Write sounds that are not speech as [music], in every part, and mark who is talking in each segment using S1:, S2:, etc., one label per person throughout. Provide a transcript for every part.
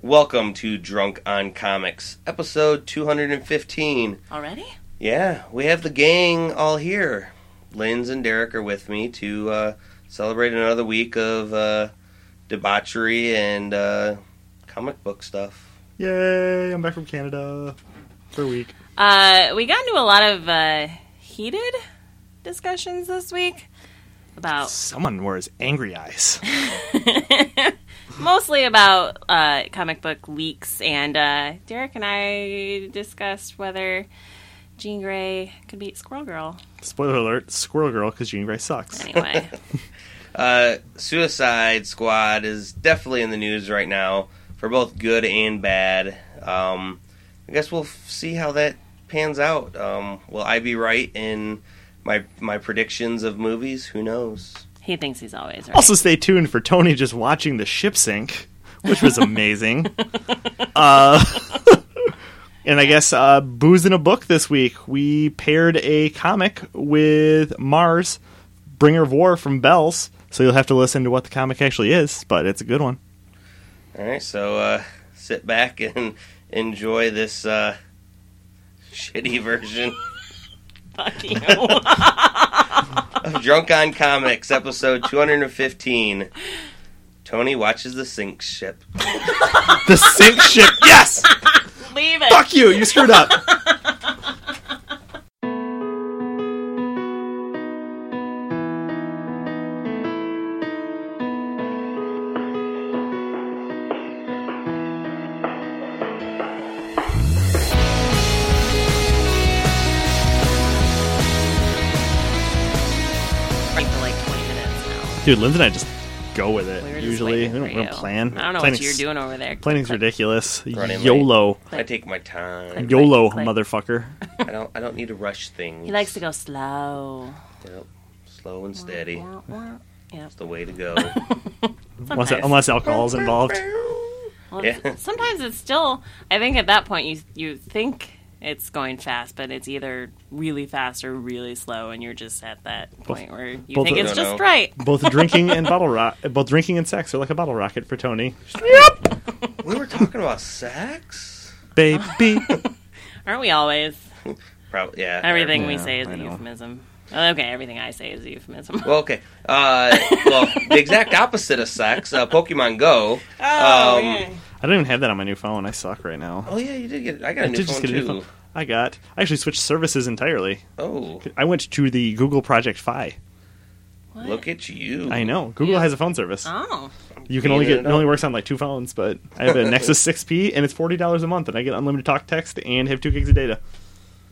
S1: Welcome to Drunk on Comics, episode 215.
S2: Already?
S1: Yeah, we have the gang all here. Linz and Derek are with me to uh, celebrate another week of uh, debauchery and uh, comic book stuff.
S3: Yay! I'm back from Canada for a week.
S2: Uh, we got into a lot of uh, heated discussions this week about [laughs]
S3: Someone wears angry eyes.
S2: mostly about uh, comic book leaks, and uh, Derek and I discussed whether Jean Grey could beat Squirrel Girl.
S3: [laughs] Spoiler alert: Squirrel Girl, because Jean Grey sucks.
S2: Anyway,
S1: Uh, Suicide Squad is definitely in the news right now for both good and bad. Um, I guess we'll f- see how that pans out. Um, will I be right in my my predictions of movies? Who knows.
S2: he thinks he's always right.
S3: [laughs] Also, stay tuned for Tony just watching the ship sink, which was [laughs] amazing. uh, [laughs] and I guess uh, booze in a book this week. We paired a comic with Mars, Bringer of War from Bells. So you'll have to listen to what the comic actually is, but it's a good one.
S1: All right, so uh, sit back and [laughs] enjoy this uh, shitty [laughs] version
S2: Fuck
S1: [laughs]
S2: you.
S1: of Drunk on Comics, episode 215. Tony watches the sink ship.
S3: The sink [laughs] ship, yes.
S2: Leave it.
S3: Fuck you, you screwed up.
S2: Like, For like 20 minutes now.
S3: Dude, Lindsay and I just go with it.
S2: We were just
S3: Usually,
S2: waiting
S3: we don't,
S2: for
S3: we don't
S2: you.
S3: plan.
S2: I don't know
S3: Planning's-
S2: what you're doing over there.
S3: Planning's ridiculous.
S1: Running late.
S3: YOLO,
S1: I take my time.
S3: YOLO,
S2: click. [laughs]
S3: motherfucker.
S1: I don't. I don't need to rush things.
S2: He likes to go Oh slow.
S1: Yep. slow and steady. It's
S2: Yeah.
S1: the way to
S2: [laughs]
S1: go.
S3: Unless,
S2: Sometimes. [laughs]
S3: unless alcohol's involved.
S2: Well,
S1: Yeah.
S2: it's- sometimes it's still. I think at that point you you think it's going fast, but it's either really fast or really slow, and you're just at that point where you
S3: both
S2: think
S3: of-
S2: it's
S1: No,
S2: just
S1: no. [laughs]
S2: right.
S3: Both drinking and bottle rock, both drinking and sex are like a bottle rocket for Tony.
S1: [laughs] we were talking about sex.
S2: [laughs]
S3: Baby,
S2: Aren't we always?
S1: Probably. Yeah.
S2: Everything we
S3: Yeah,
S2: say is
S3: I
S2: a
S3: know.
S2: euphemism. Okay, everything I say is a euphemism.
S1: Well, okay. Uh, well, the exact opposite of sex. Uh, Pokemon
S2: [laughs]
S1: Go.
S2: [laughs] oh,
S1: um,
S2: okay.
S3: I don't even have that on my new phone. I suck right now.
S1: Oh yeah, you did get. I got a
S3: I
S1: new
S3: did just
S1: phone
S3: get a new
S1: too.
S3: phone. I got. I actually switched services entirely.
S1: Oh,
S3: I went to the Google Project Fi.
S2: What?
S1: look at you!
S3: I know Google has a phone service.
S2: Oh,
S1: [laughs]
S3: You can only
S1: Figured
S3: get it
S1: it out.
S3: only works on like two phones, but I
S1: [laughs]
S3: have a Nexus 6P and it's forty dollars a month, and I get unlimited talk, text, and have two gigs of data.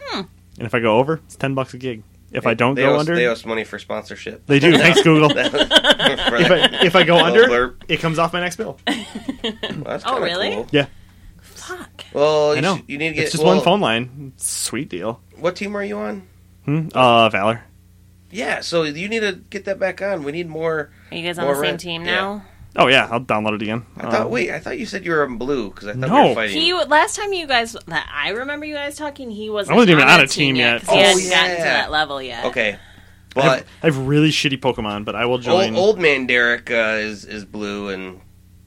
S2: Hmm.
S3: And if I go over, it's ten bucks a gig. If I don't
S1: They
S3: go
S1: owe, us-
S3: under,
S1: they
S3: they,
S1: owe us money for sponsorship. [laughs]
S3: do. Thanks,
S2: [laughs]
S3: Google. if,
S1: For
S3: I,
S1: that.
S3: if I go
S1: Little
S3: under,
S1: blurb.
S3: it comes off my next bill.
S1: Well, that's
S2: Oh,
S1: kinda
S2: really?
S1: cool.
S3: Yeah,
S2: fuck.
S1: Well, you,
S3: I know.
S1: should- you need to get
S3: it's just
S1: well,
S3: one phone line. Sweet deal.
S1: What team are you on?
S3: Hmm? Uh, Valor.
S1: Yeah, so you need to get that back on. We need more.
S2: Are you guys on
S1: Well,
S2: the same
S1: right-
S2: team
S1: yeah.
S2: now?
S3: Oh yeah, I'll download it again.
S1: I thought.
S3: Um,
S1: Wait, I thought you said you were in blue because I thought we
S3: No.
S1: were fighting.
S2: He last time you guys that I remember you guys talking, he wasn't.
S3: I wasn't even on
S2: that
S3: a team yet.
S2: 'cause He
S1: Oh,
S2: hadn't gotten to
S1: yeah.
S2: that level yet.
S1: okay,
S3: I have,
S1: but
S3: I have really shitty Pokemon, but I will
S1: old,
S3: join.
S1: old man Derek uh, is is blue and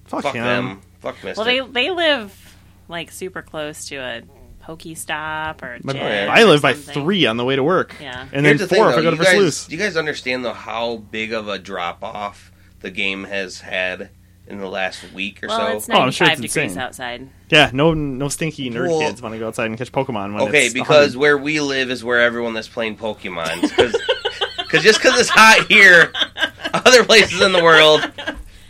S3: fuck,
S1: fuck,
S3: him.
S1: them. Fuck Mystic.
S2: Well, they they live like super close to a Pokestop or a
S3: My-
S2: gym
S1: yeah.
S2: or
S3: I live by
S2: something.
S3: three on the way to work,
S2: Yeah.
S3: and
S1: Here's
S3: then
S1: the
S3: four
S1: thing,
S3: if I
S1: though,
S3: go to
S1: you guys,
S3: Versaloose.
S1: do you guys understand though how big of a drop off the game has had in the last week or
S2: Well,
S1: so?
S2: it's
S3: Oh, I'm
S2: 95
S3: sure it's
S2: degrees
S3: insane.
S2: outside.
S3: Yeah, no, no stinky nerd
S1: Well-
S3: kids want to go outside and catch Pokemon. When
S1: Okay,
S3: it's
S1: because where we live is where everyone that's playing Pokemon.
S2: [laughs]
S1: Because just because it's hot here, other places in the
S2: [laughs]
S1: world,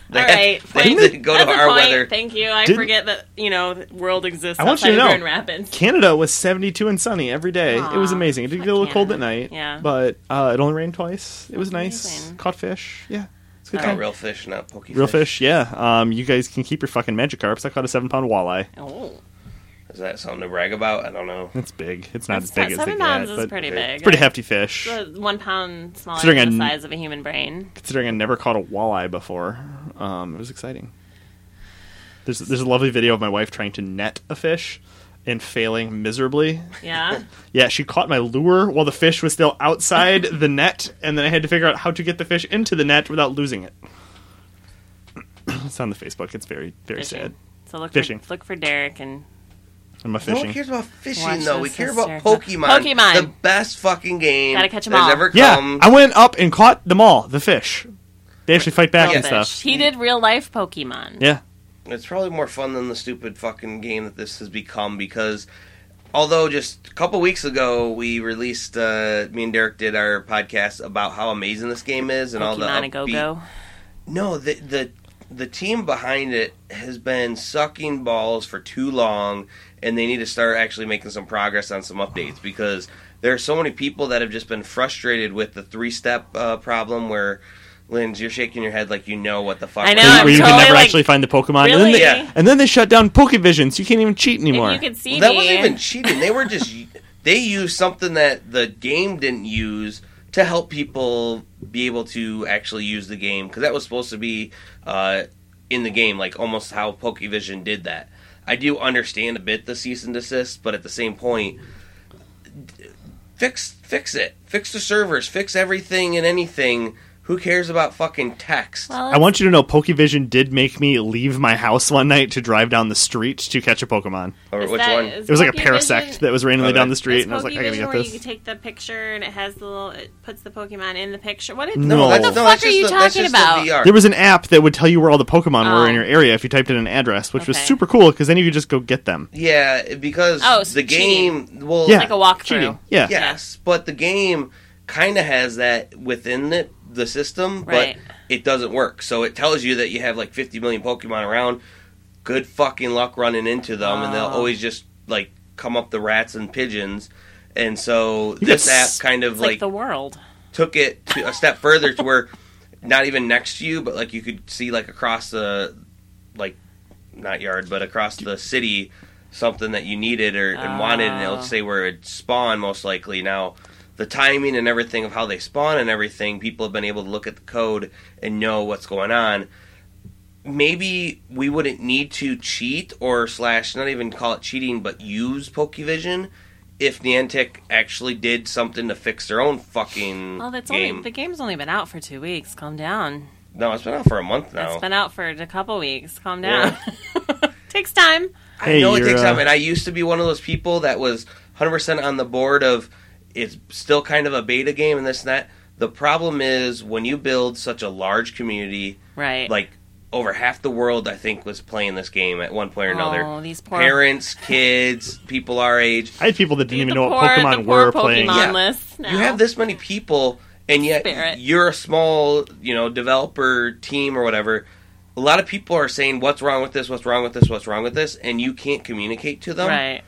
S1: they,
S2: All
S3: [laughs]
S2: right,
S1: have, [laughs] they
S2: fine.
S1: have to go
S2: That's
S1: to
S2: a
S1: our
S2: point.
S1: weather.
S2: Thank you. I
S3: Didn't-
S2: forget that you know the world exists
S3: I want you
S2: outside
S3: to
S2: of
S3: know.
S2: Grand Rapids.
S3: Canada was 72 and sunny every day. it was
S2: Aw,
S3: amazing. It did
S2: fuck
S3: get a little cold at
S2: Canada.
S3: night.
S2: Yeah.
S3: But uh, it only rained twice. It was nice.
S2: Amazing.
S3: Caught fish. Yeah. It's a good
S1: Not
S3: time.
S1: real fish, not Pokemon.
S3: Real fish, yeah. Um, you guys can keep your fucking Magikarps. I caught a seven pound walleye.
S2: Oh,
S1: Is that something to brag about? I don't know.
S3: It's big. It's not
S2: That's
S3: as big
S2: not-
S3: as
S2: seven
S3: they
S2: pounds
S3: get,
S2: is
S3: but
S2: pretty
S1: it's
S2: big.
S3: it's pretty hefty fish.
S2: It's a one pound smaller than
S3: Considering
S2: the
S3: a n-
S2: size of a human brain.
S3: Considering I never caught a walleye before, um, it was exciting. There's there's a lovely video of my wife trying to net a fish and failing miserably. [laughs]
S2: Yeah.
S3: Yeah, she caught my lure while the fish was still outside the net, and then I had to figure out how to get the fish into the net without losing it. [clears throat] it's on the Facebook. It's very, very
S2: Fishing.
S3: sad.
S2: It's So look
S3: Fishing.
S2: for look for Derek and
S3: I'm a
S1: No one
S3: fishing.
S1: cares about fishing
S2: Watch
S1: though.
S2: this
S1: We care about
S2: hysterical-
S1: Pokemon.
S2: Pokemon.
S1: the best fucking game
S2: Gotta catch 'em
S1: that's
S2: all.
S1: ever
S3: Yeah,
S1: come.
S3: I went up and caught them all. The fish. They actually fight back and
S2: Goldfish.
S3: stuff.
S2: He did real life Pokemon.
S3: Yeah,
S1: It's probably more fun than the stupid fucking game that this has become because although just a couple weeks ago we released uh, me and Derek did our podcast about how amazing this game is and all the
S2: Pokemon a Go
S1: upbeat-
S2: Go.
S1: No, the the the team behind it has been sucking balls for too long and they need to start actually making some progress on some updates because there are so many people that have just been frustrated with the three step uh, problem where Linz, you're shaking your head like you know what the fuck.
S2: I know,
S1: we're
S2: I'm
S3: where you can
S2: totally
S3: never
S2: like,
S3: actually find the Pokemon. And, then
S2: really?
S3: they,
S1: Yeah.
S3: and then they shut down Pokevision, so you can't even cheat
S2: If
S3: anymore.
S2: you could see
S1: Well, that
S2: me,
S1: wasn't even cheating. They were just they used something that the game didn't use to help people be able to actually use the game because that was supposed to be uh, in the game, like almost how Pokevision did that. I do understand a bit the cease and desist, but at the same point, d- fix fix it, fix the servers, fix everything and anything. Who cares about fucking text?
S2: Well,
S3: I want you to know Pokevision did make me leave my house one night to drive down the street to catch a Pokemon.
S1: or
S2: is
S1: which
S2: that-
S1: one?
S2: is
S3: It was like a
S2: Pokevision-
S3: Parasect that was randomly
S1: Okay.
S3: down the street,
S2: is
S3: and I was like, I gotta
S2: Pokevision
S3: get
S2: where You
S3: this.
S2: take the picture and it has the little. It puts the Pokemon in the picture. What is
S3: No.
S2: What the
S3: that's- no,
S2: fuck are you
S1: just the- that's
S2: talking
S1: just the
S2: about?
S1: VR.
S3: There was an app that would tell you where all the Pokemon were in
S2: Oh.
S3: your area if you typed in an address, which was
S2: Okay.
S3: super cool because then you could just go get them.
S1: Yeah, because
S2: Oh, so
S1: the
S2: cheating.
S1: game. Well,
S3: Yeah,
S2: Like a walkthrough.
S3: cheating. Yeah,
S2: Yeah.
S1: Yes, but the game kind of has that within it, the system,
S2: Right.
S1: but it doesn't work. So it tells you that you have like 50 million Pokemon around. Good fucking luck running into them, and they'll
S2: Oh.
S1: always just like come up the rats and pigeons. And so
S3: You
S1: this
S3: got
S1: app
S3: s-
S1: kind of
S2: It's
S1: like,
S2: like, the world.
S1: took it to a step further to
S2: [laughs]
S1: where not even next to you, but like you could see like across the like not yard, but across the city something that you needed or and wanted, and it'll
S2: Oh.
S1: say where it spawned most likely. Now the timing and everything of how they spawn and everything, people have been able to look at the code and know what's going on. Maybe we wouldn't need to cheat or slash not even call it cheating, but use Pokevision if Niantic actually did something to fix their own fucking
S2: Well, Oh, that's
S1: game.
S2: only the game's only been out for two weeks. Calm down.
S1: No, it's been out for a month now.
S2: It's been out for a couple weeks. Calm down. [laughs]
S1: Yeah.
S2: Takes time.
S1: I
S3: Hey,
S1: know it
S3: you're,
S1: takes
S3: uh,
S1: time, and I used to be one of those people that was 100% on the board of it's still kind of a beta game and this and that. The problem is when you build such a large community,
S2: Right.
S1: like over half the world, I think, was playing this game at one point or another.
S2: Oh, these poor
S1: Parents, kids, people our age.
S3: I had people that didn't even
S2: the
S3: know what
S2: poor,
S3: Pokemon
S2: the poor
S3: were playing.
S2: Pokemon
S1: Yeah.
S2: lists now.
S1: You have this many people, and yet
S2: Spirit.
S1: you're a small, you know, developer team or whatever. A lot of people are saying, "What's wrong with this? What's wrong with this? What's wrong with this?" And you can't communicate to them.
S2: right.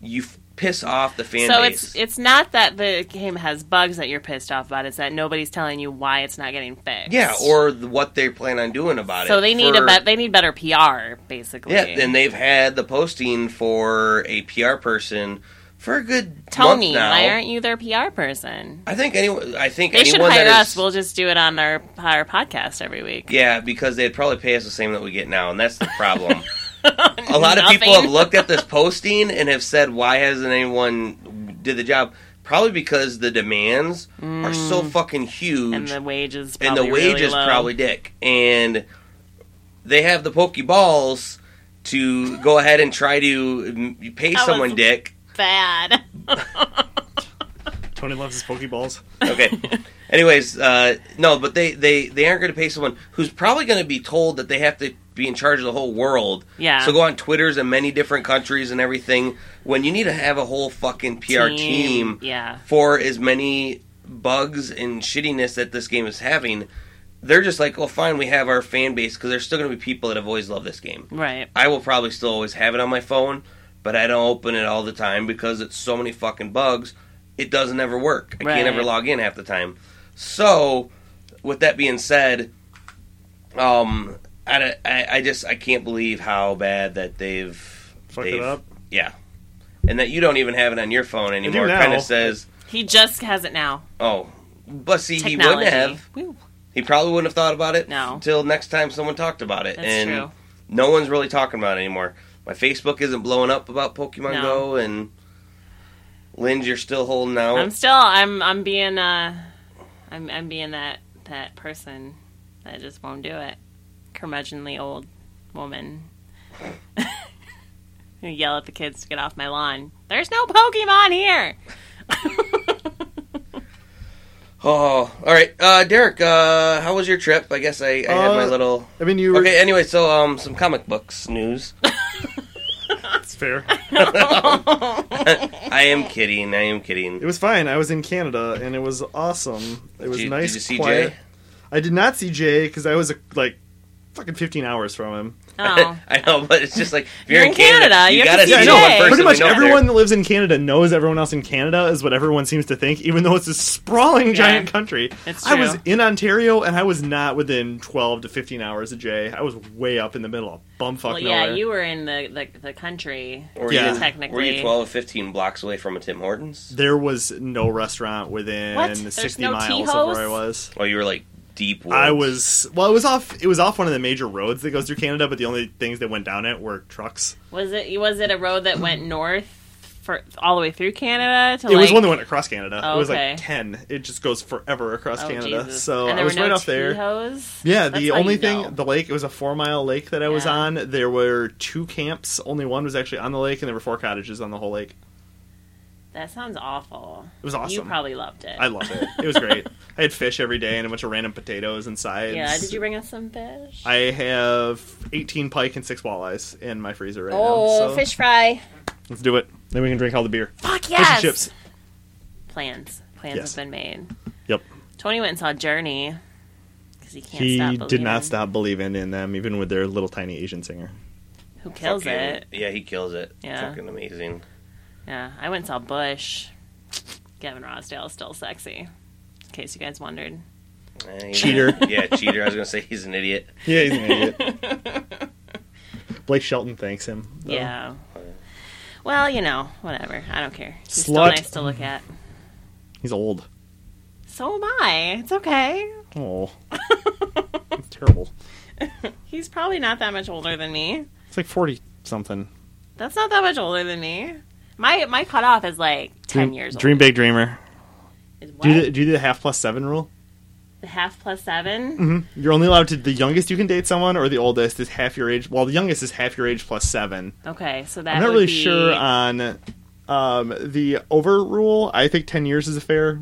S1: You f- piss off the fan
S2: So
S1: base.
S2: it's it's not that the game has bugs that you're pissed off about. It's that nobody's telling you why it's not getting fixed.
S1: Yeah, or the, what they plan on doing about it.
S2: so they need
S1: for-
S2: a bet. They need better PR, basically.
S1: Yeah, and they've had the posting for a PR person for a good
S2: Tony,
S1: month now.
S2: why aren't you their PR person?
S1: I think anyone. I think
S2: They should
S1: anyone
S2: hire
S1: that
S2: us.
S1: is-
S2: We'll just do it on our our podcast every week.
S1: yeah, because they'd probably pay us the same that we get now, and that's the
S2: [laughs]
S1: problem. a lot of people have looked at this posting and have said, "Why hasn't anyone did the job?" Probably because the demands are so fucking huge,
S2: Mm. and the wages.
S1: and the
S2: probably really
S1: wage is
S2: low.
S1: probably dick. And they have the Pokeballs to go ahead and try to mm, pay
S2: That
S1: someone
S2: was-
S1: dick.
S2: bad.
S3: Tony loves his Pokeballs.
S2: [laughs]
S1: Okay. Anyways, uh, no, but they, they, they aren't going to pay someone who's probably going to be told that they have to be in charge of the whole world.
S2: Yeah.
S1: So go on Twitters in many different countries and everything when you need to have a whole fucking PR team
S2: Yeah.
S1: for as many bugs and shittiness that this game is having, they're just like, well, fine, we have our fan base because there's still going to be people that have always loved this game.
S2: Right.
S1: I will probably still always have it on my phone, but I don't open it all the time because it's so many fucking bugs. It doesn't ever work. I
S2: Right.
S1: can't ever log in half the time. So, with that being said, um, I, don't- I, I just I can't believe how bad that they've
S3: Fucked
S1: they've-
S3: it up.
S1: Yeah, and that you don't even have it on your phone anymore.
S3: now.
S1: Kind of says
S2: He just has it now.
S1: Oh, but see, he
S2: Technology.
S1: wouldn't have.
S2: Woo.
S1: He probably wouldn't have thought about it
S2: No.
S1: until next time someone talked about it.
S2: That's
S1: and
S2: true.
S1: no one's really talking about it anymore. My Facebook isn't blowing up about Pokemon
S2: No.
S1: Go, and Linz, you're still holding
S3: Oh.
S1: out.
S2: I'm still. I'm. I'm being. Uh, I'm. I'm being that that [laughs] person that just won't do it. Curmudgeonly old woman. and yell at the kids to get off my lawn. There's no Pokemon here.
S1: Oh, all right, uh, Derek. Uh, how was your trip? I guess I, I had my
S3: Uh,
S1: little.
S3: I mean, you were.
S1: Okay. Anyway, so um, some comic books
S2: [laughs]
S1: news.
S3: That's fair.
S1: I am kidding. I am kidding.
S3: It was fine. I was in Canada and it was awesome. It was
S1: Did you-
S3: nice.
S1: did you see
S3: quiet.
S1: Jay?
S3: I did not see Jay because I was uh, like fucking 15 hours from him.
S2: [laughs]
S3: [laughs]
S2: Oh.
S1: [laughs] I know, but it's just like if
S2: You're in Canada, you have
S1: gotta
S2: to see Yeah,
S1: see
S2: I know,
S1: one
S2: Jay.
S1: person
S3: Pretty
S1: we
S3: much
S1: know
S3: everyone that lives in Canada knows everyone else in Canada is what everyone seems to think, even though it's a sprawling giant country.
S2: It's
S3: I was
S2: true.
S3: in Ontario and I was not within 12 to 15 hours of Jay. I was way up in the middle of bumfuck
S2: well, yeah,
S3: nowhere.
S2: you were in the, the, the country.
S1: there. Were
S3: Yeah.
S1: you,
S2: Technically.
S1: were you twelve or fifteen blocks away from a Tim Hortons?
S3: There was no restaurant within
S2: What? There's
S3: 60
S2: no
S3: miles
S2: T-Ho's?
S3: of where I was.
S1: Oh, you were like deep. Woods.
S3: I was well. It was off. It was off one of the major roads that goes through Canada, but the only things that went down it were trucks.
S2: Was it was it a road that went north for all the way through Canada to
S3: it was
S2: like-
S3: one that went across Canada.
S2: Oh,
S3: it was
S2: okay.
S3: like ten. It just goes forever across
S2: Oh,
S3: Canada.
S2: Jesus.
S3: So
S2: And
S3: I
S2: there
S3: was
S2: were no
S3: right off there.
S2: T-Hos?
S3: Yeah,
S2: That's
S3: the
S2: how
S3: only
S2: you
S3: thing,
S2: know.
S3: the lake, it was a four mile lake that I was
S2: Yeah.
S3: on. There were two camps. Only one was actually on the lake, and there were four cottages on the whole lake.
S2: that sounds awful.
S3: It was
S2: You
S3: awesome.
S2: probably loved it.
S3: I loved it. It
S2: [laughs]
S3: was great. [laughs] I had fish every day and a bunch of random potatoes and sides.
S2: Yeah, did you bring us some fish?
S3: I have 18 pike and six walleyes in my freezer right now.
S2: oh,
S3: so
S2: fish fry.
S3: Let's do it. Then we can drink all the beer.
S2: Fuck yes.
S3: Fish and chips.
S2: Plans. Plans
S3: Yes.
S2: have been made.
S3: Yep.
S2: Tony went and saw Journey because he can't
S3: He
S2: stop
S3: did
S2: believing.
S3: not stop believing in them, even with their little tiny Asian singer.
S2: Who kills
S1: Fucking-
S2: it?
S1: Yeah, he kills it.
S2: Yeah.
S1: Fucking amazing.
S2: Yeah, I went and saw Bush. Gavin Rosdale is still sexy. In case you guys wondered.
S1: Eh, he-
S3: Cheater.
S1: [laughs] yeah, cheater. I was gonna say he's an idiot.
S3: Yeah, he's an idiot.
S2: [laughs]
S3: Blake Shelton thanks him. though.
S2: Yeah. Well, you know, whatever. I don't care. He's still
S3: Slut.
S2: nice to look at.
S3: He's old.
S2: So am I. It's okay.
S3: Oh. [laughs] terrible.
S2: He's probably not that much older than me.
S3: It's like 40 something.
S2: That's not that much older than me. My my cutoff is like ten
S3: Dream-
S2: years.
S3: Dream
S2: older.
S3: Big Dreamer.
S2: Is what?
S3: Do you, do you do the half plus seven rule?
S2: The half plus seven.
S3: Mm-hmm. You're only allowed to, the youngest you can date someone or the oldest is half your age. Well, the youngest is half your age plus seven.
S2: Okay, so that
S3: I'm not
S2: would
S3: really
S2: be-
S3: sure uh, on um, the over rule. I think 10 years is a fair.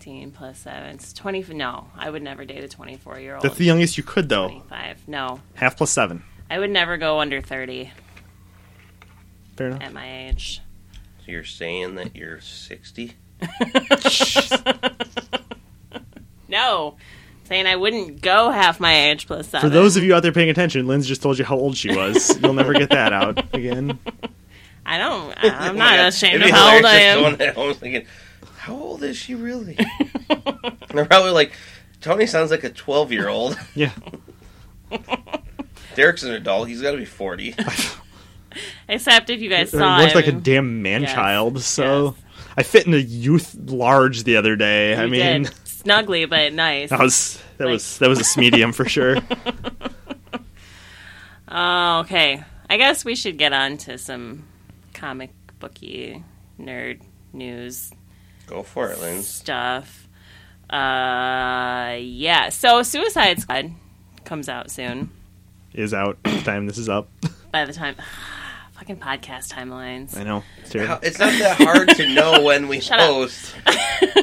S2: 18 plus seven. It's twenty. No, I would never date a twenty-four year old.
S3: That's the youngest you could, though.
S2: Twenty-five. No,
S3: Half plus seven.
S2: I would never go under thirty
S3: Fair enough.
S2: at my
S3: [laughs]
S2: age.
S1: So you're saying that you're sixty?
S2: No, saying I wouldn't go half my age plus seven.
S3: For those of you out there paying attention, Lynn's just told you how old she was. You'll never get
S2: [laughs]
S3: that out again.
S2: I
S3: [laughs]
S2: don't.
S3: Oh
S2: I'm not ashamed
S1: Oh It'd
S2: of
S1: be
S2: how old
S1: hilarious if
S2: I am.
S1: [laughs] someone at home was thinking, how old is she really?
S2: [laughs]
S1: and they're probably like, Tony sounds like a 12 year old.
S3: Yeah.
S1: [laughs] Derek's an adult. He's got to be
S3: [laughs]
S1: 40.
S2: Except if you guys
S3: It
S2: saw
S3: looks like a
S2: him.
S3: damn man
S2: Yes.
S3: child. So I fit in a youth large the other day. I
S2: You
S3: mean,
S2: did. snugly but nice.
S3: [laughs] that was that
S2: Like-
S3: was that was a medium
S2: [laughs]
S3: for sure.
S2: Oh, okay. I guess we should get on to some comic booky nerd news
S1: Go for it, Lynn.
S2: stuff. Uh, yeah. So Suicide Squad comes out soon.
S3: Is out by the time this is up.
S2: By the time, [sighs] fucking podcast timelines.
S3: I know. It's terrible.
S1: How- It's not that hard to know when we
S2: [laughs] Shut up.
S1: post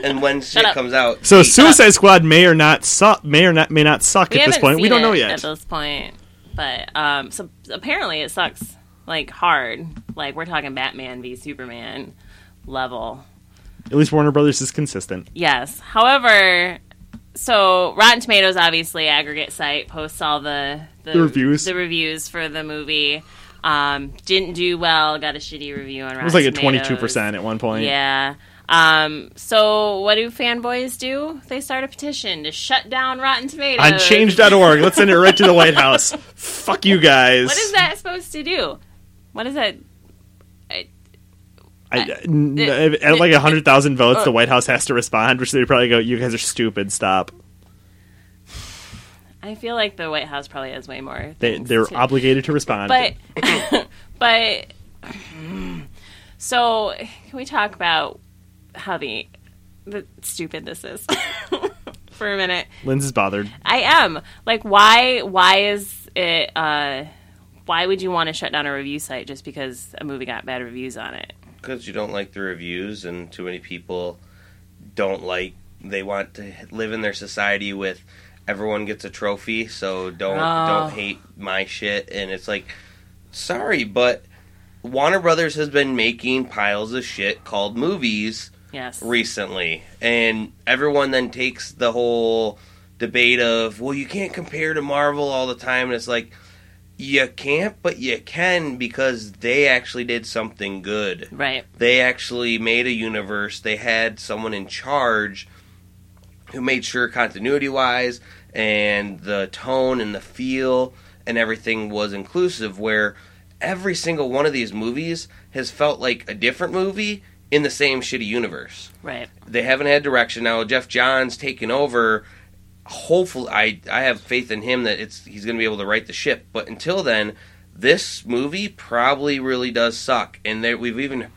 S1: and
S2: [laughs]
S1: when shit
S2: up.
S1: comes out.
S3: So Suicide Squad may or not suck. May or not may not suck at this
S2: haven't
S3: point. We
S2: seen
S3: don't know
S2: it
S3: yet.
S2: At this point, but um, so apparently it sucks like hard. Like we're talking Batman v Superman level.
S3: At least Warner Brothers is consistent.
S2: Yes. However, so Rotten Tomatoes, obviously, aggregate site posts all the the,
S3: The reviews.
S2: the reviews for the movie. Um, didn't do well. Got a shitty review on Rotten.
S3: It was like at twenty
S2: Tomatoes.
S3: two percent at one point.
S2: Yeah. Um, so what do fanboys do? They start a petition to shut down Rotten Tomatoes.
S3: On change.org. Let's send it right to the White House. Fuck you guys.
S2: What is that supposed to do? What is that?
S3: I, n- at like hundred thousand votes,
S2: Uh,
S3: the White House has to respond, which they probably go, "You guys are stupid. Stop."
S2: I feel like the White House probably has way more.
S3: They
S2: things
S3: they're
S2: to-
S3: obligated to respond.
S2: but [laughs] but so can we talk about how the the stupid this is [laughs] for a minute
S3: Lynn's is bothered.
S2: i am like why why is it uh why would you want to shut down a review site just because a movie got bad reviews on it?
S1: because you don't like the reviews, and too many people don't like. They want to live in their society with everyone gets a trophy, so don't
S2: Oh.
S1: don't hate my shit. And it's like, sorry, but Warner Brothers has been making piles of shit called movies
S2: Yes.
S1: recently, and everyone then takes the whole debate of, well, you can't compare to Marvel all the time, and it's like. You can't, but you can because they actually did something good
S2: right.
S1: they actually made a universe. They had someone in charge who made sure continuity wise and the tone and the feel and everything was inclusive where every single one of these movies has felt like a different movie in the same shitty universe
S2: Right.
S1: they haven't had direction now. Jeff Johns taking over. Hopefully, I I have faith in him that it's he's going to be able to right the ship. But until then, this movie probably really does suck, and there, we've even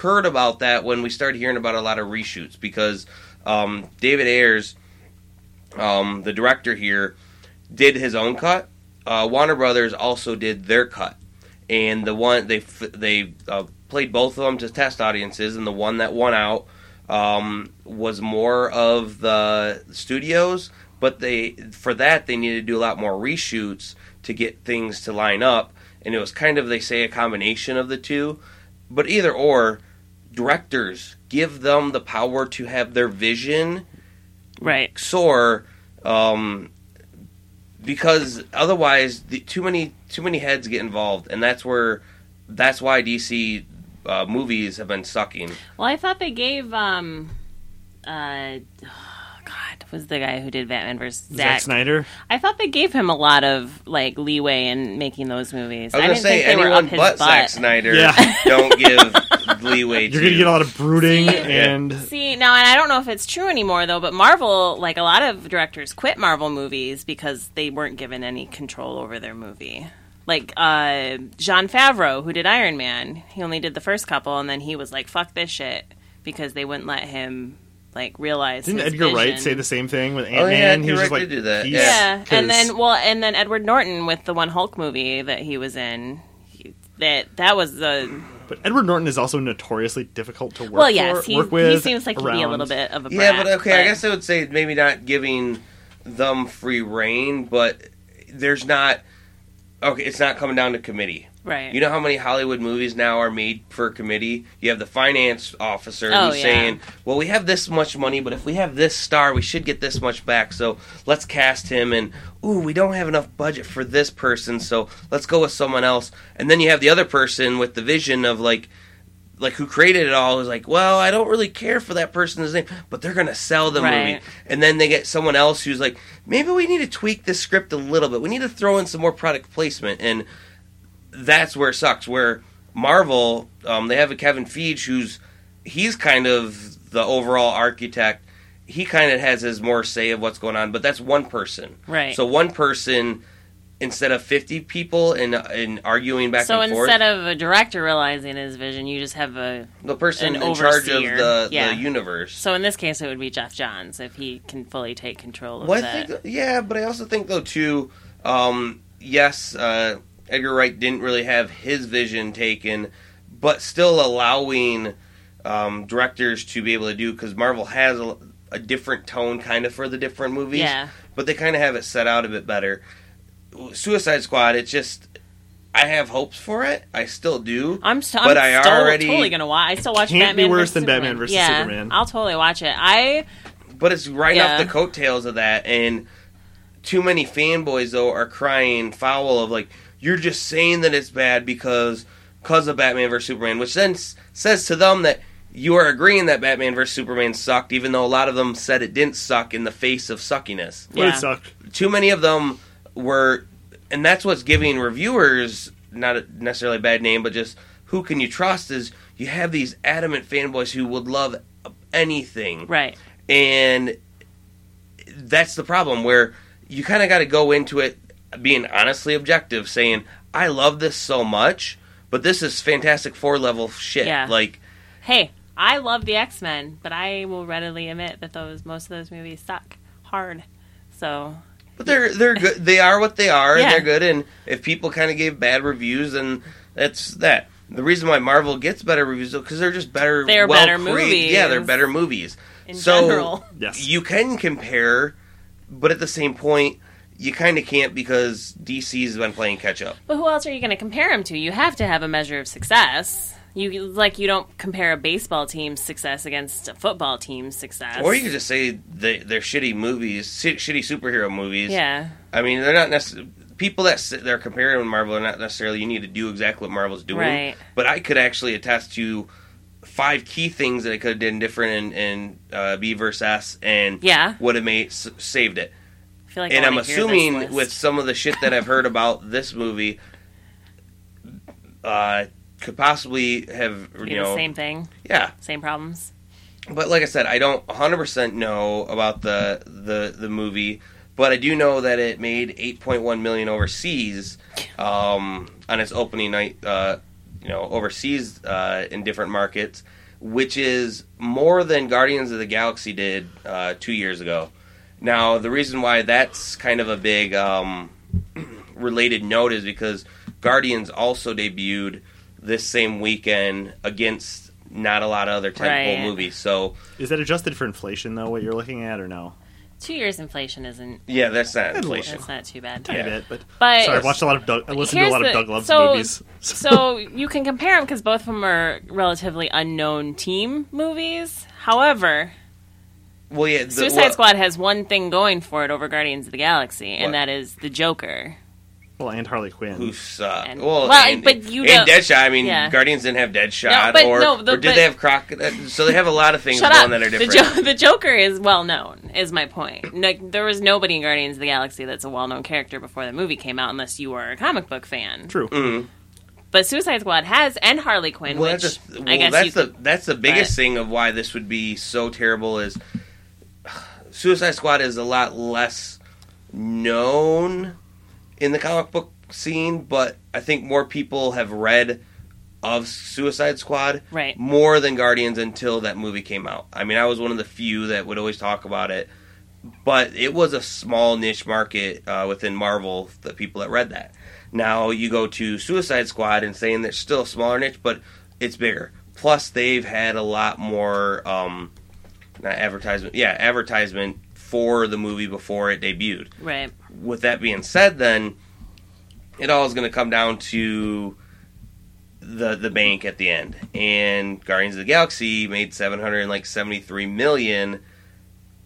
S1: heard about that when we started hearing about a lot of reshoots because um, David Ayers, um, the director here, did his own cut. Uh, Warner Brothers also did their cut, and the one they f- they uh, played both of them to test audiences, and the one that won out um, was more of the studios, but they for that they needed to do a lot more reshoots to get things to line up, and it was kind of they say a combination of the two, but either or, directors give them the power to have their vision
S2: Right.
S1: soar, um, because otherwise the, too many too many heads get involved, and that's where that's why DC uh, movies have been sucking.
S2: Well, I thought they gave um uh [sighs] oh, God, was the guy who did Batman versus
S3: Zack
S2: Zack.
S3: Snyder.
S2: I thought they gave him a lot of like leeway in making those movies.
S1: I was gonna
S2: didn't
S1: say
S2: think they were
S1: anyone
S2: up
S1: but
S2: his
S1: Zack
S2: butt.
S1: Snyder
S2: [laughs]
S3: Yeah.
S1: don't give leeway.
S3: You're gonna get a lot of brooding and
S2: See now, and I don't know if it's true anymore though. But Marvel, like a lot of directors, quit Marvel movies because they weren't given any control over their movie. Like uh, John Favreau, who did Iron Man, he only did the first couple, and then he was like, "Fuck this shit," because they wouldn't let him like realize.
S3: Didn't
S2: his
S3: Edgar Wright
S2: vision.
S3: say the same thing with Ant
S1: Oh, yeah,
S3: Man?
S1: Edgar
S3: he was just
S1: Wright
S3: like,
S1: did do that,
S3: "Peace,"
S2: Yeah, and
S3: 'cause
S2: then well, and then Edward Norton with the one Hulk movie that he was in. he- That that was the
S3: But Edward Norton is also notoriously difficult to work
S2: well, yes,
S3: for,
S2: he,
S3: work with.
S2: he seems like he'd be a
S3: around.
S2: little bit of a brat,
S1: Yeah, but okay, I guess I would say maybe not giving them free reign, but there's not. Okay, it's not coming down to committee.
S2: right.
S1: You know how many Hollywood movies now are made for committee? You have the finance officer
S2: Oh,
S1: who's
S2: yeah.
S1: saying, "Well, we have this much money, but if we have this star, we should get this much back. So let's cast him." And ooh, we don't have enough budget for this person, so let's go with someone else. And then you have the other person with the vision of like, like who created it all is like, well, I don't really care for that person's name, but they're gonna sell the
S2: Right.
S1: movie. And then they get someone else who's like, maybe we need to tweak this script a little bit. We need to throw in some more product placement, and that's where it sucks. Where Marvel, um, they have a Kevin Feige who's he's kind of the overall architect. He kind of has his more say of what's going on, but that's one person.
S2: Right.
S1: So one person instead of fifty people and and arguing back
S2: so
S1: and forth.
S2: instead of a director realizing his vision, you just have a.
S1: the person in
S2: An
S1: charge of
S2: overseer,
S1: the,
S2: yeah.
S1: the universe.
S2: So in this case, it would be Jeff Johns if he can fully take control of
S1: Well, I
S2: that.
S1: think, yeah, but I also think though too, um, yes, uh, Edgar Wright didn't really have his vision taken, but still allowing um, directors to be able to do because Marvel has a, a different tone kind of for the different movies,
S2: yeah,
S1: but they kind of have it set out a bit better. Suicide Squad, it's just I have hopes for it, I still do.
S2: I'm, st-
S1: But
S2: I'm
S1: I
S2: still
S1: already-
S2: totally gonna watch. I still watch
S3: Can't be
S2: Batman
S3: worse
S2: versus
S3: than
S2: Superman.
S3: Batman versus
S2: yeah,
S3: Superman.
S2: I'll totally watch it. I
S1: but it's right
S2: Yeah.
S1: off the coattails of that and too many fanboys though are crying foul of like you're just saying that it's bad because because of batman vs superman which then s- says to them that you are agreeing that batman vs superman sucked even though a lot of them said it didn't suck in the face of suckiness
S3: But
S2: Yeah.
S3: it sucked.
S1: too many of them were, and that's what's giving reviewers not a, necessarily a bad name, but just who can you trust is you have these adamant fanboys who would love anything,
S2: right.
S1: and that's the problem where you kind of got to go into it being honestly objective, saying I love this so much, but this is Fantastic Four level shit.
S2: Yeah.
S1: Like
S2: Hey, I love the X Men, but I will readily admit that those most of those movies suck hard. So
S1: But they're they're good. They are what they are.
S2: Yeah.
S1: They're good, and if people kind of gave bad reviews, then that's that. The reason why Marvel gets better reviews because they're just better.
S2: They're better
S1: well-created- Yeah, they're
S2: movies.
S1: better movies.
S2: In
S1: so
S2: general.
S3: Yes.
S1: you can compare, but at the same point, you kind of can't because DC's been playing catch up.
S2: But who else are you going to compare him to? You have to have a measure of success. You like you don't compare a baseball team's success against a football team's success.
S1: Or you could just say they, they're shitty movies, shi- shitty superhero movies.
S2: yeah,
S1: I mean, they're not necessarily people that sit there comparing with Marvel are not necessarily you need to do exactly what Marvel's doing.
S2: Right.
S1: But I could actually attest to five key things that it could have done different in, in uh, B versus S and
S2: Yeah.
S1: would have made s- saved it.
S2: I feel like.
S1: and
S2: I
S1: I'm
S2: wanna hear this
S1: assuming
S2: list.
S1: with some of the shit that I've heard about this movie, uh, could possibly have
S2: Be
S1: you
S2: the
S1: know
S2: same thing,
S1: yeah
S2: same problems.
S1: but like I said, I don't 100% know about the the the movie, but I do know that it made 8.1 million overseas um, on its opening night. Uh, you know, overseas uh, in different markets, which is more than Guardians of the Galaxy did uh, two years ago. Now, the reason why that's kind of a big um, [clears throat] related note is because Guardians also debuted this same weekend against not a lot of other tentpole
S2: Right.
S1: movies. So
S3: Is that adjusted for inflation though? What you're looking at, or no?
S2: Two years inflation isn't
S1: yeah, that's not
S3: Good lord.
S1: inflation.
S2: that's not too bad.
S3: Tiny
S1: Yeah.
S3: bit, but,
S2: But-
S3: sorry, I've watched a lot of Doug. I listened to a
S2: Here's
S3: lot
S2: the-
S3: of Doug Love's
S2: so-
S3: movies.
S2: so you can compare them because both of them are relatively unknown team movies. However,
S1: Well, yeah, the,
S2: Suicide
S1: well,
S2: Squad has one thing going for it over Guardians of the Galaxy, and
S1: What?
S2: that is the Joker.
S3: well, and Harley Quinn.
S1: Who suck?
S2: And-
S1: well,
S2: well,
S1: and,
S2: but you
S1: and
S2: know-
S1: Deadshot. I mean,
S2: yeah.
S1: Guardians didn't have Deadshot,
S2: No, but
S1: or,
S2: no, the-
S1: or did
S2: but-
S1: they have Croc? uh, So they have a lot of things
S2: Shut
S1: going
S2: up.
S1: that are
S2: the,
S1: different.
S2: jo- the Joker is well known, is my point. Like, there was nobody in Guardians of the Galaxy that's a well known character before the movie came out, unless you were a comic book fan.
S3: True.
S1: Mhm.
S2: But Suicide Squad has, and Harley Quinn,
S1: Well,
S2: which
S1: that's, just, well,
S2: I guess
S1: that's
S2: you
S1: the that's the biggest
S2: but-
S1: thing of why this would be so terrible is [sighs] Suicide Squad is a lot less known in the comic book scene, but I think more people have read of Suicide Squad
S2: Right.
S1: more than Guardians until that movie came out. I mean, I was one of the few that would always talk about it, but it was a small niche market uh, within Marvel, the people that read that. Now you go to Suicide Squad and saying they're still a smaller niche, but it's bigger. Plus, they've had a lot more, um, not advertisement, yeah, advertisement for the movie before it debuted
S2: Right.
S1: with that being said, then it all is going to come down to the the bank at the end. And Guardians of the Galaxy made seven hundred and like seventy three million.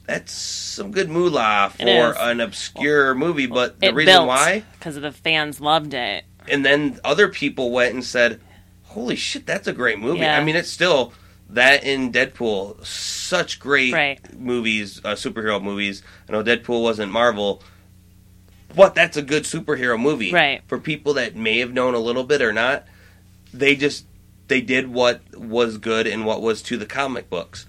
S1: That's some good moolah
S2: It
S1: for
S2: is.
S1: an obscure movie, but the
S2: It
S1: reason
S2: built
S1: why,
S2: Because the fans loved it.
S1: and then other people went and said, "Holy shit, that's a great movie."
S2: Yeah.
S1: I mean, it's still that in Deadpool, such great
S2: Right.
S1: movies, uh, superhero movies. I know Deadpool wasn't Marvel, but that's a good superhero movie.
S2: Right.
S1: For people that may have known a little bit or not, they just they did what was good and what was to the comic books.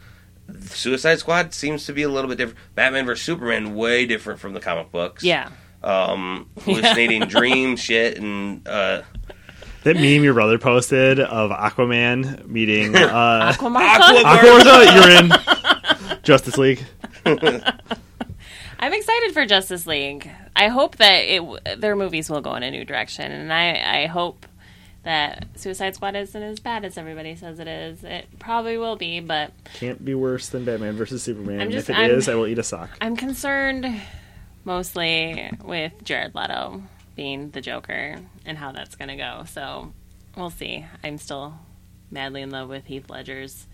S1: Suicide Squad seems to be a little bit different. Batman vs Superman way different from the comic books.
S2: Yeah. [laughs]
S1: Um, hallucinating dream shit and uh,
S3: That meme your brother posted of
S2: [laughs]
S3: Aquaman meeting uh,
S2: Aquamartha?
S3: Aquamartha, you're in Justice League.
S2: I'm excited for Justice League. I hope that it w- their movies will go in a new direction, and I, I hope that Suicide Squad isn't as bad as everybody says it is. It probably will be, but
S3: Can't be worse than Batman versus Superman.
S2: I'm just-
S3: if it
S2: I'm-
S3: is, I will eat a sock.
S2: I'm concerned mostly with Jared Leto being the Joker and how that's going to go. So we'll see. I'm still madly in love with Heath Ledger's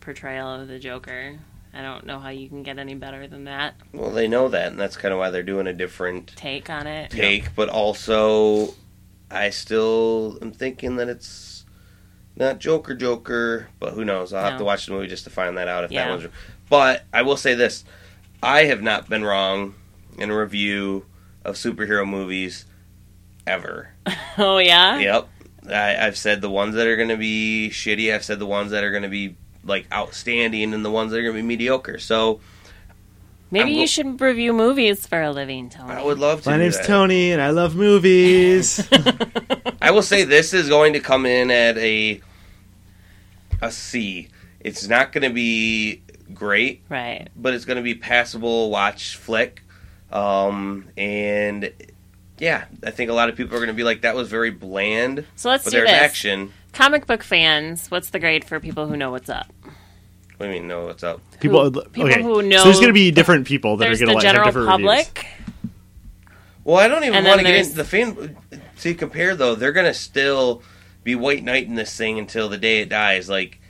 S2: portrayal of the Joker. I don't know how you can get any better than that
S1: Well, they know that, and that's kind of why they're doing a different
S2: take on it.
S1: take. But also, I still am thinking that it's not Joker, Joker. But who knows? I'll have
S2: No.
S1: to watch the movie just to find that out if
S2: Yeah.
S1: that one's. But I will say this: I have not been wrong in a review of superhero movies ever.
S2: [laughs] Oh yeah.
S1: Yep. I, I've said the ones that are going to be shitty. I've said the ones that are going to be like outstanding, and the ones that are going to be mediocre. So
S2: Maybe
S1: I'm
S2: you
S1: go-
S2: should review movies for a living, Tony.
S1: I would love to.
S3: My
S1: do
S3: name's
S1: that.
S3: Tony, and I love movies.
S1: I will say this is going to come in at a a C. It's not going to be great,
S2: right.
S1: but it's going to be passable watch flick. Um, and yeah, I think a lot of people are going to be like, that was very bland.
S2: So let's
S1: But
S2: do
S1: there's
S2: this.
S1: action.
S2: Comic book fans, what's the grade for people who know what's up?
S1: What do you mean? No, what's up?
S3: People,
S2: Who- [laughs] people
S3: okay.
S2: who know-
S3: So there's going to be different people that
S2: There's
S3: are going to
S2: the
S3: like have
S2: general
S3: different reviews.
S2: public.
S1: Well, I don't even
S2: And
S1: want to
S2: then
S1: get into the
S2: there's-
S1: fan. To compare though, they're gonna still be white knight in this thing until the day it dies. Like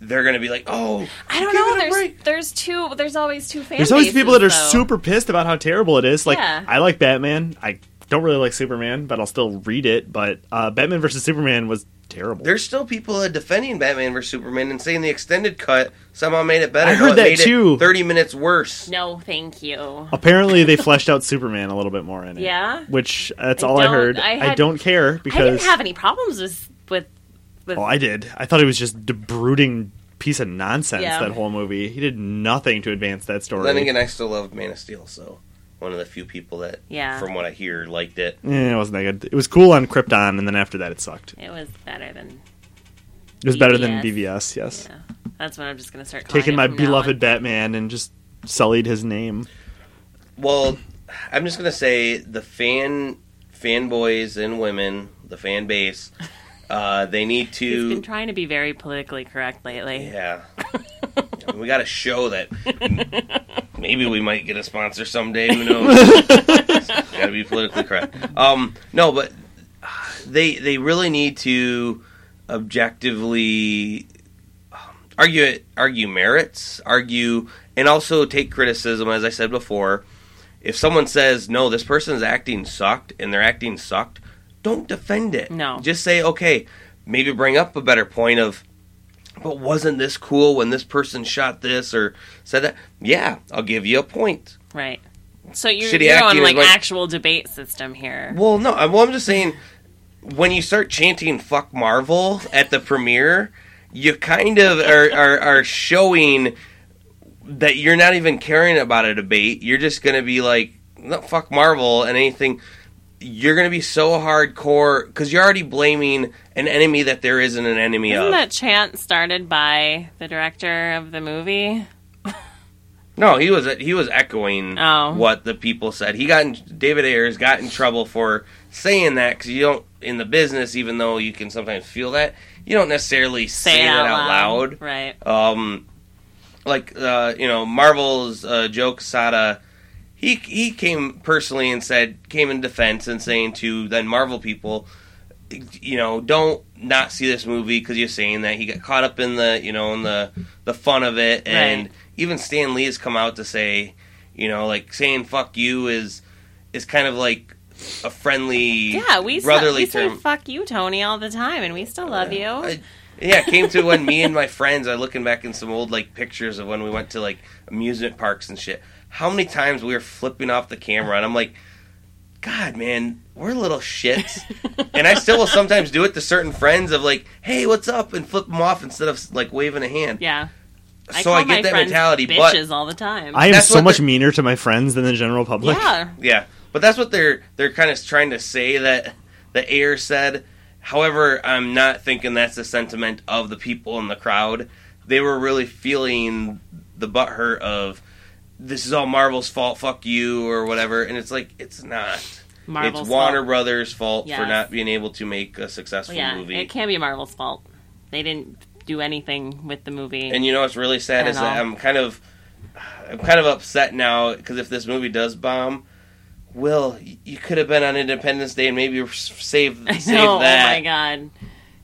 S1: they're gonna be like, oh,
S2: I don't
S1: give it
S2: know.
S1: a
S2: There's
S1: break.
S2: there's two. There's always two fan
S3: There's always people that are
S2: bases, though.
S3: super pissed about how terrible it is. Like
S2: Yeah.
S3: I like Batman. I don't really like Superman, but I'll still read it. But uh, Batman versus Superman was terrible.
S1: There's still people uh, defending Batman vs Superman and saying the extended cut somehow made it better.
S3: I heard
S1: No, it
S3: that
S1: made it
S3: too.
S1: Thirty minutes worse.
S2: No, thank
S3: Oh,
S2: you.
S3: Apparently, they fleshed out Superman a little bit more in it.
S2: Yeah?
S3: which that's
S2: I
S3: all I
S2: don't-
S3: heard.
S2: I
S3: I,
S2: had-
S3: don't care
S2: I didn't
S3: because
S2: have any problems with with with.
S3: oh, I did. I thought it was just a brooding piece of nonsense.
S2: Yeah.
S3: That whole movie. He did nothing to advance that story.
S1: Then again, I still love Man of Steel, so one of the few people that,
S2: Yeah.
S1: from what I hear, liked it.
S3: Eh, it wasn't that good. It was cool on Krypton, and then after that, it sucked.
S2: it was better than.
S3: It was better than
S2: BVS.
S3: BVS. Yes,
S2: Yeah. That's what I'm just gonna start calling
S3: taking
S2: it
S3: my
S2: from now
S3: beloved
S2: on.
S3: Batman and just sullied his name.
S1: Well, I'm just gonna say the fan fanboys and women, the fan base, uh, they need
S2: He's
S1: to.
S2: been trying to be very politically correct lately.
S1: Yeah. [laughs] we got to show
S2: [laughs]
S1: that m- maybe we might get a sponsor someday. Who
S2: [laughs]
S1: knows? got to be politically correct. Um, no, but they they really need to objectively um, argue it, argue merits, argue, and also take criticism. As I said before, if someone says no, this person's acting sucked, and their acting sucked, don't defend it.
S2: No.
S1: just say okay. Maybe bring up a better point of but wasn't this cool when this person shot this or said that? Yeah, I'll give you a point.
S2: Right. So you're,
S1: Shitty
S2: you're on
S1: acting is
S2: like
S1: like-
S2: actual debate system here.
S1: Well, no, I'm, well, I'm just saying when you start chanting "fuck Marvel" at the premiere, you kind of
S2: [laughs]
S1: are, are, are showing that you're not even caring about a debate. You're just going to be like, no, "fuck Marvel" and anything. You're going to be so hardcore because you're already blaming an enemy that there isn't an enemy
S2: Isn't
S1: of.
S2: that chant started by the director of the movie?
S1: No, he was he was echoing
S2: Oh.
S1: what the people said. He got in, David Ayers got in trouble for saying that because you don't in the business, even though you can sometimes feel that you don't necessarily say,
S2: Say it
S1: that out loud.
S2: Right.
S1: Um, like uh, you know, Marvel's uh, Joe Quesada, he he came personally and said came in defense and saying to then Marvel people, you know, don't not see this movie because you're saying that he got caught up in the you know in the the fun of it, and
S2: Right.
S1: even Stan Lee has come out to say, you know, like saying "fuck you" is is kind of like a friendly
S2: Yeah, we, sa-
S1: brotherly
S2: we say
S1: term.
S2: fuck you, Tony, all the time, and we still love you.
S1: I- yeah, it came to when me and my friends are looking back in some old like pictures of when we went to like amusement parks and shit. How many times we were flipping off the camera and I'm like, God, man, we're little
S2: [laughs]
S1: shits. and I still will sometimes do it to certain friends of like, hey, what's up, and flip them off instead of like waving a hand.
S2: yeah.
S1: so I get that
S2: friends
S1: mentality, but
S2: bitches all the time.
S3: I am
S1: That's
S3: so
S1: what
S3: much
S1: the-
S3: meaner to my friends than the general public.
S2: yeah.
S1: Yeah, but that's what they're they're kind of trying to say that the air said. However, I'm not thinking that's the sentiment of the people in the crowd. They were really feeling the butthurt of this is all Marvel's fault, fuck you or whatever, and it's like it's not.
S2: Marvel's
S1: it's Warner
S2: fault.
S1: Brothers' fault for
S2: Yes.
S1: not being able to make a successful
S2: Yeah,
S1: movie.
S2: it can be Marvel's fault. They didn't do anything with the movie.
S1: And you know what's really sad
S2: At
S1: is that
S2: all.
S1: I'm kind of, I'm kind of upset now because if this movie does bomb, Will, y- you could have been on Independence Day and maybe s- saved
S2: [laughs] [laughs] I
S1: saved
S2: know,
S1: that.
S2: Oh my god.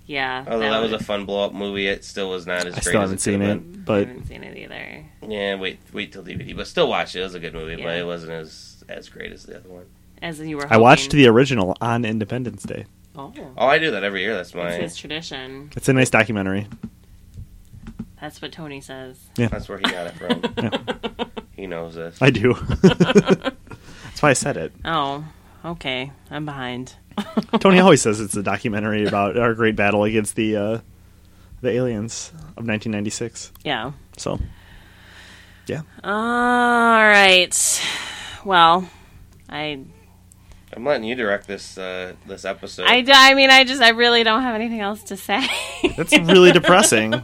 S2: Yeah.
S1: Although that was a
S2: would-
S1: fun blow up movie, it still was not as great.
S3: I still
S1: as
S3: haven't
S1: it
S3: seen
S1: could've
S3: it,
S2: I
S3: but
S2: haven't seen it either.
S1: been. Yeah, wait, wait till DVD, but still watch it. It was a good movie, but
S2: Yeah.
S1: it wasn't as as great as the other one.
S2: As you were
S3: I watched
S2: hoping.
S3: the original on Independence Day.
S2: Oh.
S1: Oh, I do that every year. That's
S2: It's
S1: my.
S2: his tradition.
S3: It's a nice documentary.
S2: That's what Tony says.
S1: That's where he got it
S2: [laughs]
S1: from. he knows this.
S3: I do. [laughs] That's why I said it.
S2: Oh, okay. I'm behind.
S3: Tony always says it's a documentary about our great battle against the uh, the aliens of 1996.
S2: Yeah.
S3: So, yeah,
S2: All right. Well, I,
S1: I'm letting you direct this uh, this episode.
S2: I, I mean, I just, I really don't have anything else to say. [laughs]
S3: that's really depressing.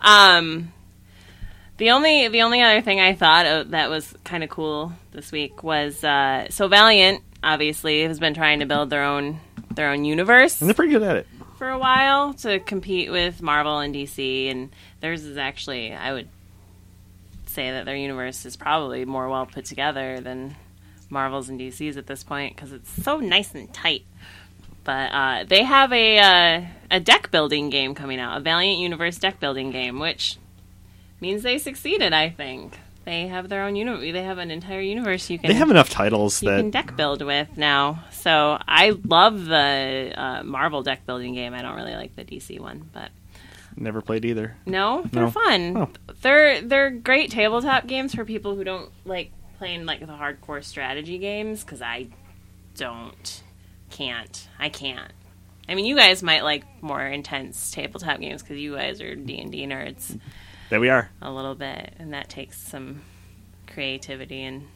S2: um, The only the only other thing I thought of that was kind of cool this week was uh, so Valiant obviously has been trying to build their own their own universe
S3: And they're pretty good at it.
S2: for a while to compete with Marvel and DC, and theirs is actually I would say that their universe is probably more well put together than Marvel's and DC's at this point because it's so nice and tight. But uh, they have a uh, a deck building game coming out, a Valiant Universe deck building game, which means they succeeded. I think they have their own universe. They have an entire universe you can
S3: They have enough titles
S2: you can
S3: that
S2: deck build with now. So I love the uh, Marvel deck building game. I don't really like the DC one, but
S3: never played either.
S2: no, they're
S3: No.
S2: fun.
S3: Oh.
S2: They're they're great tabletop games for people who don't like playing like the hardcore strategy games because I don't can't I can't. I mean, you guys might like more intense tabletop games because you guys are D and D nerds
S3: There we are.
S2: a little bit, and that takes some creativity and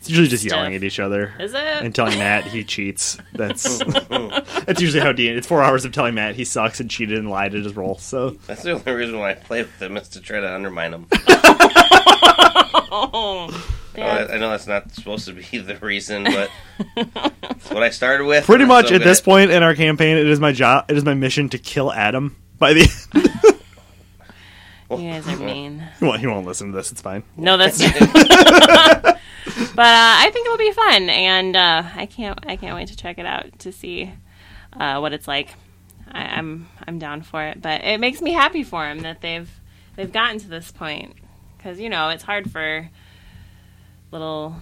S3: It's usually just
S2: Stuff.
S3: yelling at each other
S2: is it
S3: and telling Matt he cheats. That's [laughs] that's usually how D. It's four hours of telling Matt he sucks and cheated and lied at his role. So
S1: [laughs] That's the only reason why I play with them is to try to undermine them.
S2: [laughs] oh,
S1: I,
S2: yeah.
S1: I know that's not supposed to be [laughs] the reason, but it's what I started with.
S3: pretty
S1: and I'm
S3: much
S1: so
S3: at
S1: good
S3: this point in our campaign, it is my job. It is my mission to kill Adam. By the [laughs]
S2: you guys are mean.
S3: he won't, he won't listen to this. It's fine.
S2: No, that's. but uh, I think it'll be fun, and uh, I can't. I can't wait to check it out to see uh, what it's like. I, I'm I'm down for it, but it makes me happy for him that they've they've gotten to this point because you know it's hard for little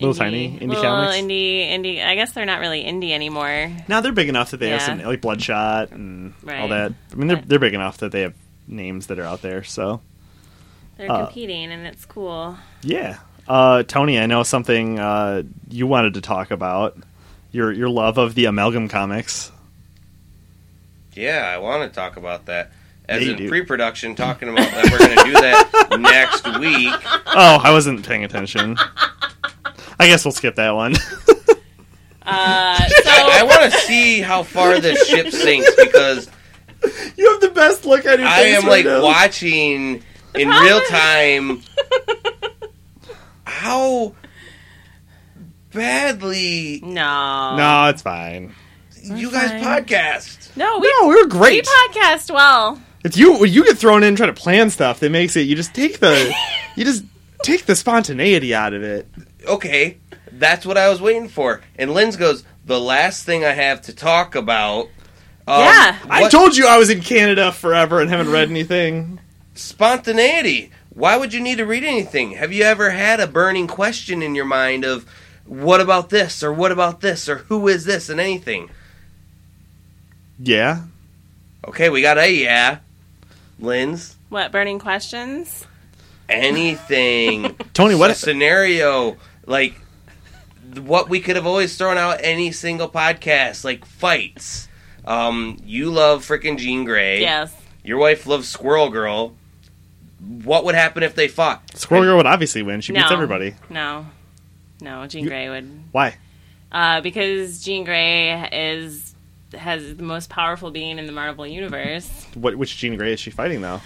S3: Little tiny indie
S2: little
S3: comics?
S2: indie indie. I guess they're not really indie anymore.
S3: Now they're big enough that they have
S2: Yeah.
S3: some like Bloodshot and all
S2: Right.
S3: that. I mean, they're
S2: But-
S3: they're big enough that they have names that are out there. So
S2: They're
S3: Uh,
S2: competing, and it's cool.
S3: [laughs] yeah, uh, Tony, I know something uh, you wanted to talk about your your love of the amalgam
S2: [laughs]
S3: comics.
S1: Yeah, I want to talk about that. As
S3: Yeah, you
S1: in
S3: do. [laughs]
S1: pre-production, talking about that we're going to do that next week.
S3: Oh, I wasn't paying attention. I guess we'll skip that one. [laughs]
S2: Uh,
S1: I, I
S2: so
S1: want to see how far this ship sinks
S3: [laughs]
S1: because
S3: you have the best look on your
S1: I am like watching in real time how badly
S2: no,
S3: No, it's fine.
S1: you guys
S2: fine.
S1: podcast.
S2: no, we
S3: No, we were
S2: we
S3: great.
S2: podcast well.
S3: It's you when you get thrown in trying to plan stuff that makes it. You just take
S2: [laughs]
S3: the you just take the spontaneity out of it.
S1: Okay, that's what I was waiting for. And Linz goes, the last thing I have to talk about. um,
S2: Yeah.
S3: I
S1: what-
S3: told you I was in Canada forever and haven't read anything.
S1: spontaneity. Why would you need to read anything? Have you ever had a burning question in your mind of what about this or what about this or who is this and anything?
S3: Yeah.
S1: Okay, we got a yeah. Linz,
S2: What burning questions?
S3: [laughs]
S1: anything.
S3: Tony,
S1: A
S3: what
S1: scenario like th- what we could have always thrown out any single podcast like fights. Um, you love freaking Jean
S3: Eh?
S1: Grey.
S2: Yes.
S1: Your wife loves Squirrel Girl. What would happen if they fought?
S3: Squirrel Girl would obviously win. She beats
S2: No.
S3: everybody.
S2: No. No, Jean
S3: You-
S2: Grey would.
S3: Why?
S2: Uh, because Jean Grey is has the most powerful being in the Marvel universe.
S3: What which Jean Grey is she fighting though?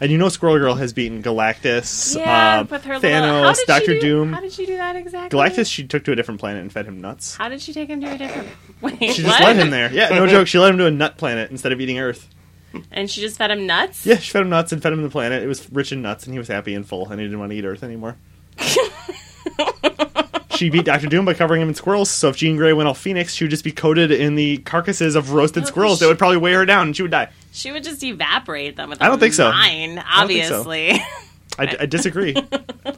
S3: And you know Squirrel Girl has beaten Galactus,
S2: Yeah,
S3: uh,
S2: with her little, how
S3: Thanos,
S2: did she
S3: Doctor
S2: do-
S3: Doom.
S2: How did she do that exactly?
S3: Galactus she took to a different planet and fed him nuts.
S2: How did she take him to a different? [laughs] Wait,
S3: She
S2: what?
S3: just let him there.
S2: [laughs]
S3: Yeah, no joke. She let him to a nut planet instead of eating Earth.
S2: And she just fed him nuts.
S3: Yeah, she fed him nuts and fed him the planet. It was rich in nuts, and he was happy and full, and he didn't want to eat
S2: [laughs]
S3: Earth anymore. she beat Doctor Doom by covering him in squirrels. So if Jean Grey went all Phoenix, she would just be coated in the carcasses of roasted
S2: No,
S3: squirrels
S2: she-
S3: that would probably weigh her down, and she would die.
S2: She would just evaporate them with.
S3: I don't
S2: her
S3: think so.
S2: Mind,
S3: don't think so.
S2: obviously. [laughs]
S3: I, d- I disagree.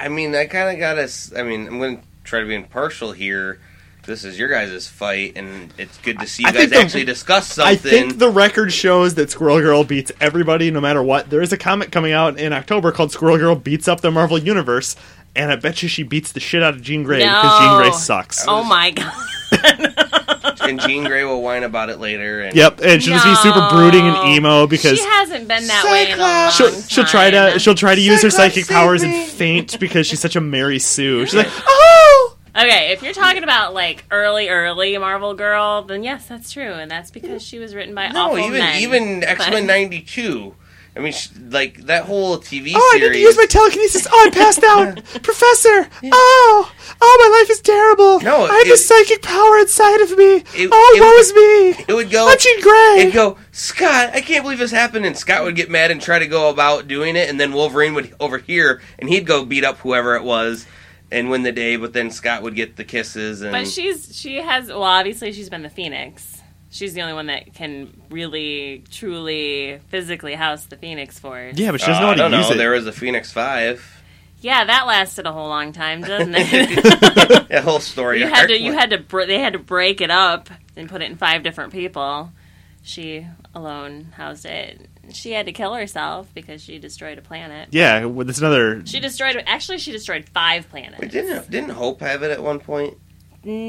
S1: I mean, I kind of got to. I mean, I'm going to try to be impartial here. This is your guys' fight, and it's good to see you
S3: I
S1: guys
S3: think the-
S1: actually discuss something.
S3: I think the record shows that Squirrel Girl beats everybody, no matter what. There is a comic coming out in October called Squirrel Girl Beats Up the Marvel Universe, and I bet you she beats the shit out of Jean Grey because Jean
S2: No.
S3: Grey sucks.
S2: oh my god.
S1: and Jean Grey will whine about it later. And
S3: Yep, and she'll just be super brooding and emo because
S2: she hasn't been that way in a long
S1: Cyclops.
S3: she'll, she'll try to
S2: time.
S3: she'll try to use her
S1: Cyclops,
S3: psychic
S1: save
S3: powers
S1: me.
S3: and faint because she's such a Mary Sue. She's like, "Oh,
S2: Okay, if you're talking about like early, early Marvel girl, then yes, that's true, and that's because she was written by
S1: no,
S2: awful
S1: even
S2: men.
S1: even X Men
S2: But-
S1: '92. I mean, sh like that whole TV
S3: Oh, I
S1: series.
S3: need to use my telekinesis. Oh, I passed out. Professor. Oh, oh, my life is terrible.
S1: No,
S3: I have
S1: it-
S3: this psychic power inside of me.
S1: It-
S3: oh,
S1: it
S3: woe
S1: would-
S3: is me.
S1: it would go.
S3: I'm Jean Grey.
S1: It'd go, Scott, I can't believe this happened. And Scott would get mad and try to go about doing it. And then Wolverine would overhear and he'd go beat up whoever it was and win the day. But then Scott would get the kisses. And
S2: But she's she has well, obviously she's been the Phoenix. She's the only one that can really, truly, physically house the Phoenix Force.
S3: yeah, but she
S1: Uh,
S3: doesn't
S1: I
S3: know how
S1: don't
S3: to use
S1: know.
S3: it.
S1: There was the Phoenix Five.
S2: Yeah, that lasted a whole long time,
S1: [laughs]
S2: doesn't it? [laughs]
S1: That whole story.
S2: you had
S1: arc
S2: to, you
S1: went-
S2: had to, br- they had to break it up and put it in five different people. She alone housed it. She had to kill herself because she destroyed a planet.
S3: yeah, well, that's another.
S2: She destroyed. Actually, she destroyed five planets.
S1: Wait, didn't didn't Hope have it at one point?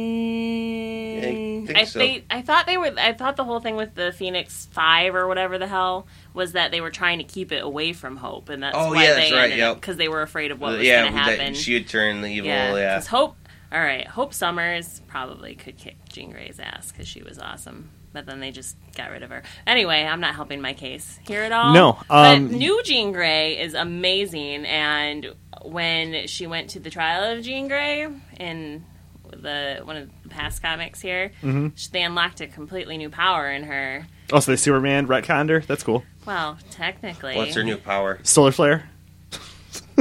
S2: Mm,
S1: I think
S2: I
S1: so.
S2: think I thought they were. I thought the whole thing with the Phoenix Five or whatever the hell was that they were trying to keep it away from Hope, and that's
S1: Oh,
S2: why
S1: yeah,
S2: they
S1: that's right, yep. Uh,
S2: because they were afraid of what was
S1: yeah,
S2: going to happen.
S1: that she would turn the evil.
S2: yeah,
S1: Yeah,
S2: because Hope. All right, Hope Summers probably could kick Jean Grey's ass because she was awesome. But then they just got rid of her. Anyway, I'm not helping my case here at all.
S3: No, um,
S2: but new Jean Grey is amazing, and when she went to the trial of Jean Grey in the one of the past comics here,
S3: Mm-hmm.
S2: sh they unlocked a completely new power in her.
S3: Also, the Superman retconned her. That's cool.
S2: Well, technically,
S1: What's her new power?
S3: Solar flare.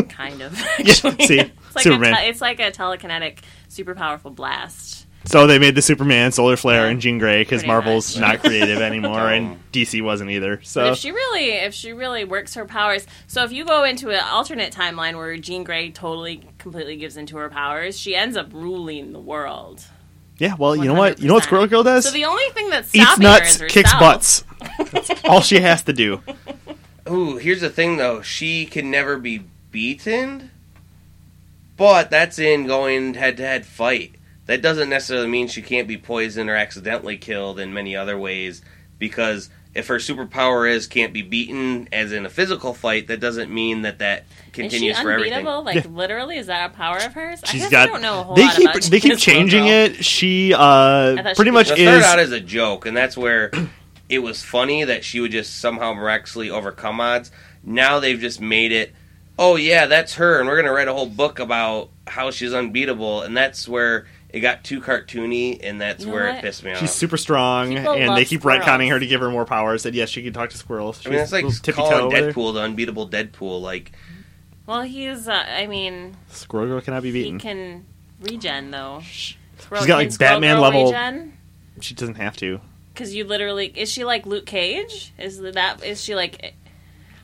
S2: kind of. [laughs]
S3: Yeah,
S2: Actually.
S3: [laughs] see,
S2: it's like
S3: Superman.
S2: A te- it's like a telekinetic, super powerful blast.
S3: So they made the Superman, Solar Flare,
S2: Yeah.
S3: and Jean Grey because
S2: Pretty
S3: Marvel's
S2: much.
S3: not creative anymore,
S1: No.
S3: and DC wasn't either.
S2: But
S3: So
S2: if she really, if she really works her powers, so if you go into an alternate timeline where Jean Grey totally, completely gives into her powers, she ends up ruling the world.
S3: yeah, well, you know what?
S2: 100%.
S3: You know what Squirrel Girl does?
S2: So the only thing that's
S3: Eats
S2: stopping her
S3: nuts,
S2: is herself.
S3: kicks
S2: [laughs]
S3: butts. That's all she has to do.
S1: Ooh, here's the thing though. She can never be beaten, but that's in going head to head fight. That doesn't necessarily mean she can't be poisoned or accidentally killed in many other ways because if her superpower is can't be beaten as in a physical fight, that doesn't mean that that
S2: Is she
S1: continues for everything.
S2: unbeatable? Like literally, is that a power of hers? I
S3: She's
S2: guess
S3: got.
S2: I don't know a whole
S3: they
S2: lot
S3: keep
S2: about
S3: they keep
S2: this little
S3: changing
S2: girl.
S3: it. She
S2: I
S3: uh
S2: thought she
S3: pretty
S2: could
S3: much
S1: The third
S3: is
S1: out is a joke, and that's where [clears throat] it was funny that she would just somehow miraculously overcome odds. Now they've just made it, oh yeah, that's her, and we're gonna write a whole book about how she's unbeatable, and that's where it got too cartoony, and that's
S2: You know
S1: where
S2: what?
S1: it pissed me off.
S3: she's super strong,
S2: People
S3: and
S2: love
S3: they keep
S2: squirrels.
S3: retconning her to give her more powers. That yes, she can talk to squirrels. She's
S1: I mean, that's like
S3: little tippy toe
S1: calling
S3: over there.
S1: Deadpool the unbeatable Deadpool. Like,
S2: Well, he's. Uh, I mean,
S3: Squirrel Girl cannot be
S2: he
S3: beaten.
S2: can regen though.
S3: She
S2: Squirrel-
S3: got, like,
S2: can Squirrel
S3: Batman
S2: Girl
S3: level-
S2: Regen?
S3: she doesn't have to.
S2: Because you literally is she like Luke Cage? Is that is she like?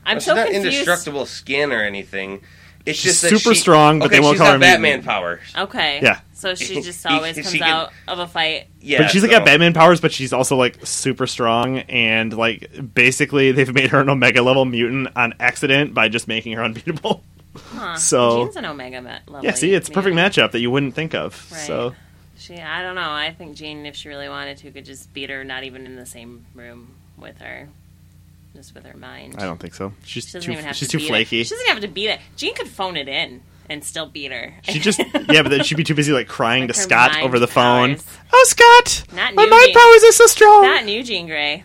S2: I'm
S1: well, she's
S2: so
S1: not
S2: confused.
S1: indestructible skin or anything. It's
S3: She's
S1: just that
S3: super
S1: she-
S3: strong, but
S1: okay,
S3: they won't
S1: she's
S3: call
S1: got
S3: her
S1: Batman
S3: mutant.
S1: powers.
S2: Okay.
S3: Yeah.
S2: So she just
S1: He-
S2: always
S1: she
S2: comes
S1: can-
S2: out of a fight.
S1: Yeah,
S3: but she's like
S1: so-
S3: got Batman powers, but she's also like super strong and like basically they've made her an Omega level mutant on accident by just making her unbeatable.
S2: Huh.
S3: So-
S2: Jean's an Omega ma- level.
S3: yeah, see, it's a perfect
S2: mutant.
S3: matchup that you wouldn't think of.
S2: Right.
S3: So
S2: She. I don't know. I think Jean, if she really wanted to, could just beat her, not even in the same room with her, just with her mind.
S3: I don't think so. She's
S2: She doesn't
S3: too
S2: even have
S3: she's
S2: to
S3: too
S2: beat
S3: flaky.
S2: It. She doesn't have to beat it. Jean could phone it in and still beat her. [laughs]
S3: She just yeah, but then she'd be too busy like crying
S2: Like
S3: to
S2: her
S3: Scott
S2: mind
S3: over the phone.
S2: powers.
S3: Oh, Scott,
S2: Not
S3: my
S2: new
S3: mind
S2: Jean.
S3: powers are so strong.
S2: Not new Jean Grey.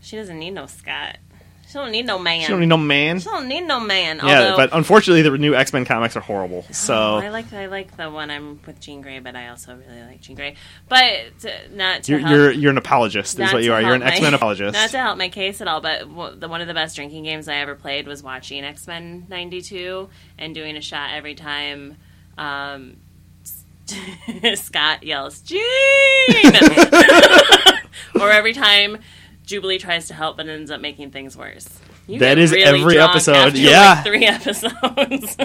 S2: She doesn't need no Scott. She don't need no man.
S3: she don't need no man.
S2: She don't need no man.
S3: Yeah,
S2: although, Oh,
S3: but unfortunately, the new X Men comics are horrible. So
S2: I like I like the one I'm with Jean Grey, but I also really like Jean Grey. But to, not to
S3: you're,
S2: help,
S3: you're you're an apologist, is
S2: not
S3: what you
S2: to
S3: are. You're
S2: help
S3: an X
S2: [laughs]
S3: Men
S2: my-
S3: apologist.
S2: Not to help my case at all, but w- the, one of the best drinking games I ever played was watching X Men '92 and doing a shot every time. Um, [laughs] Scott yells Jean, [laughs] or every time Jubilee tries to help but ends up making things worse. You
S3: That
S2: get
S3: is every
S2: drunk
S3: episode,
S2: after, like,
S3: yeah.
S2: three [laughs] episodes.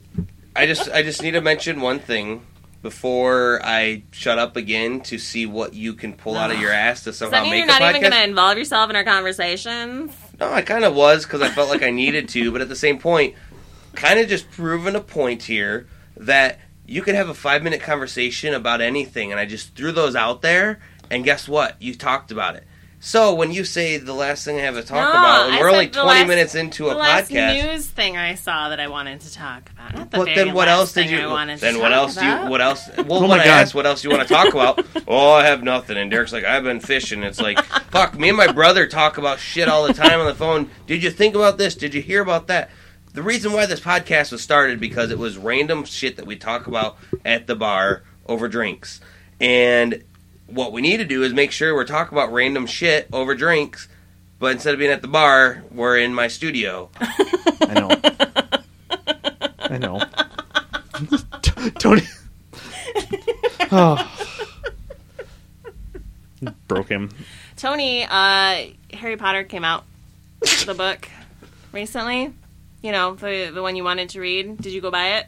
S2: [laughs]
S1: I just I just need to mention one thing before I shut up again to see what you can pull out of
S2: [sighs]
S1: your ass to
S2: Does that
S1: somehow
S2: mean
S1: make
S2: you're
S1: a
S2: not
S1: podcast.
S2: even going to involve yourself in our conversations?
S1: No, I kind of was because I felt like I needed to, but at the same point, kind of just proving a point here that you could have a five minute conversation about anything, and I just threw those out there, and guess what? You talked about it. So when you say the last thing I have to talk
S2: No,
S1: about, and
S2: I
S1: we're
S2: said
S1: only
S2: the
S1: twenty
S2: last-
S1: minutes into a
S2: the last
S1: podcast.
S2: news thing I saw that I wanted to talk about. Not the
S1: But
S2: very
S1: then what
S2: last
S1: else did
S2: thing
S1: you?
S2: I wanted
S1: then
S2: to
S1: what
S2: talk
S1: else do
S2: about.
S1: you? What [laughs] else? Well,
S3: Oh
S1: when
S3: my
S1: I
S3: God.
S1: asked what else you want to talk about, [laughs] oh, I have nothing. And Derek's like, I've been fishing. It's [laughs] like, fuck. Me and my brother talk about shit all the time on the phone. Did you think about this? Did you hear about that? The reason why this podcast was started because it was random shit that we talk about at the bar over drinks, and what we need to do is make sure we're talking about random shit over drinks. But instead of being at the bar, we're in my [laughs] studio.
S3: I know. I know. [laughs] Tony.
S2: [laughs]
S3: [sighs] oh. Broke him.
S2: Tony, uh, Harry Potter came out the book recently. You know the the one you wanted to read. Did you go buy it?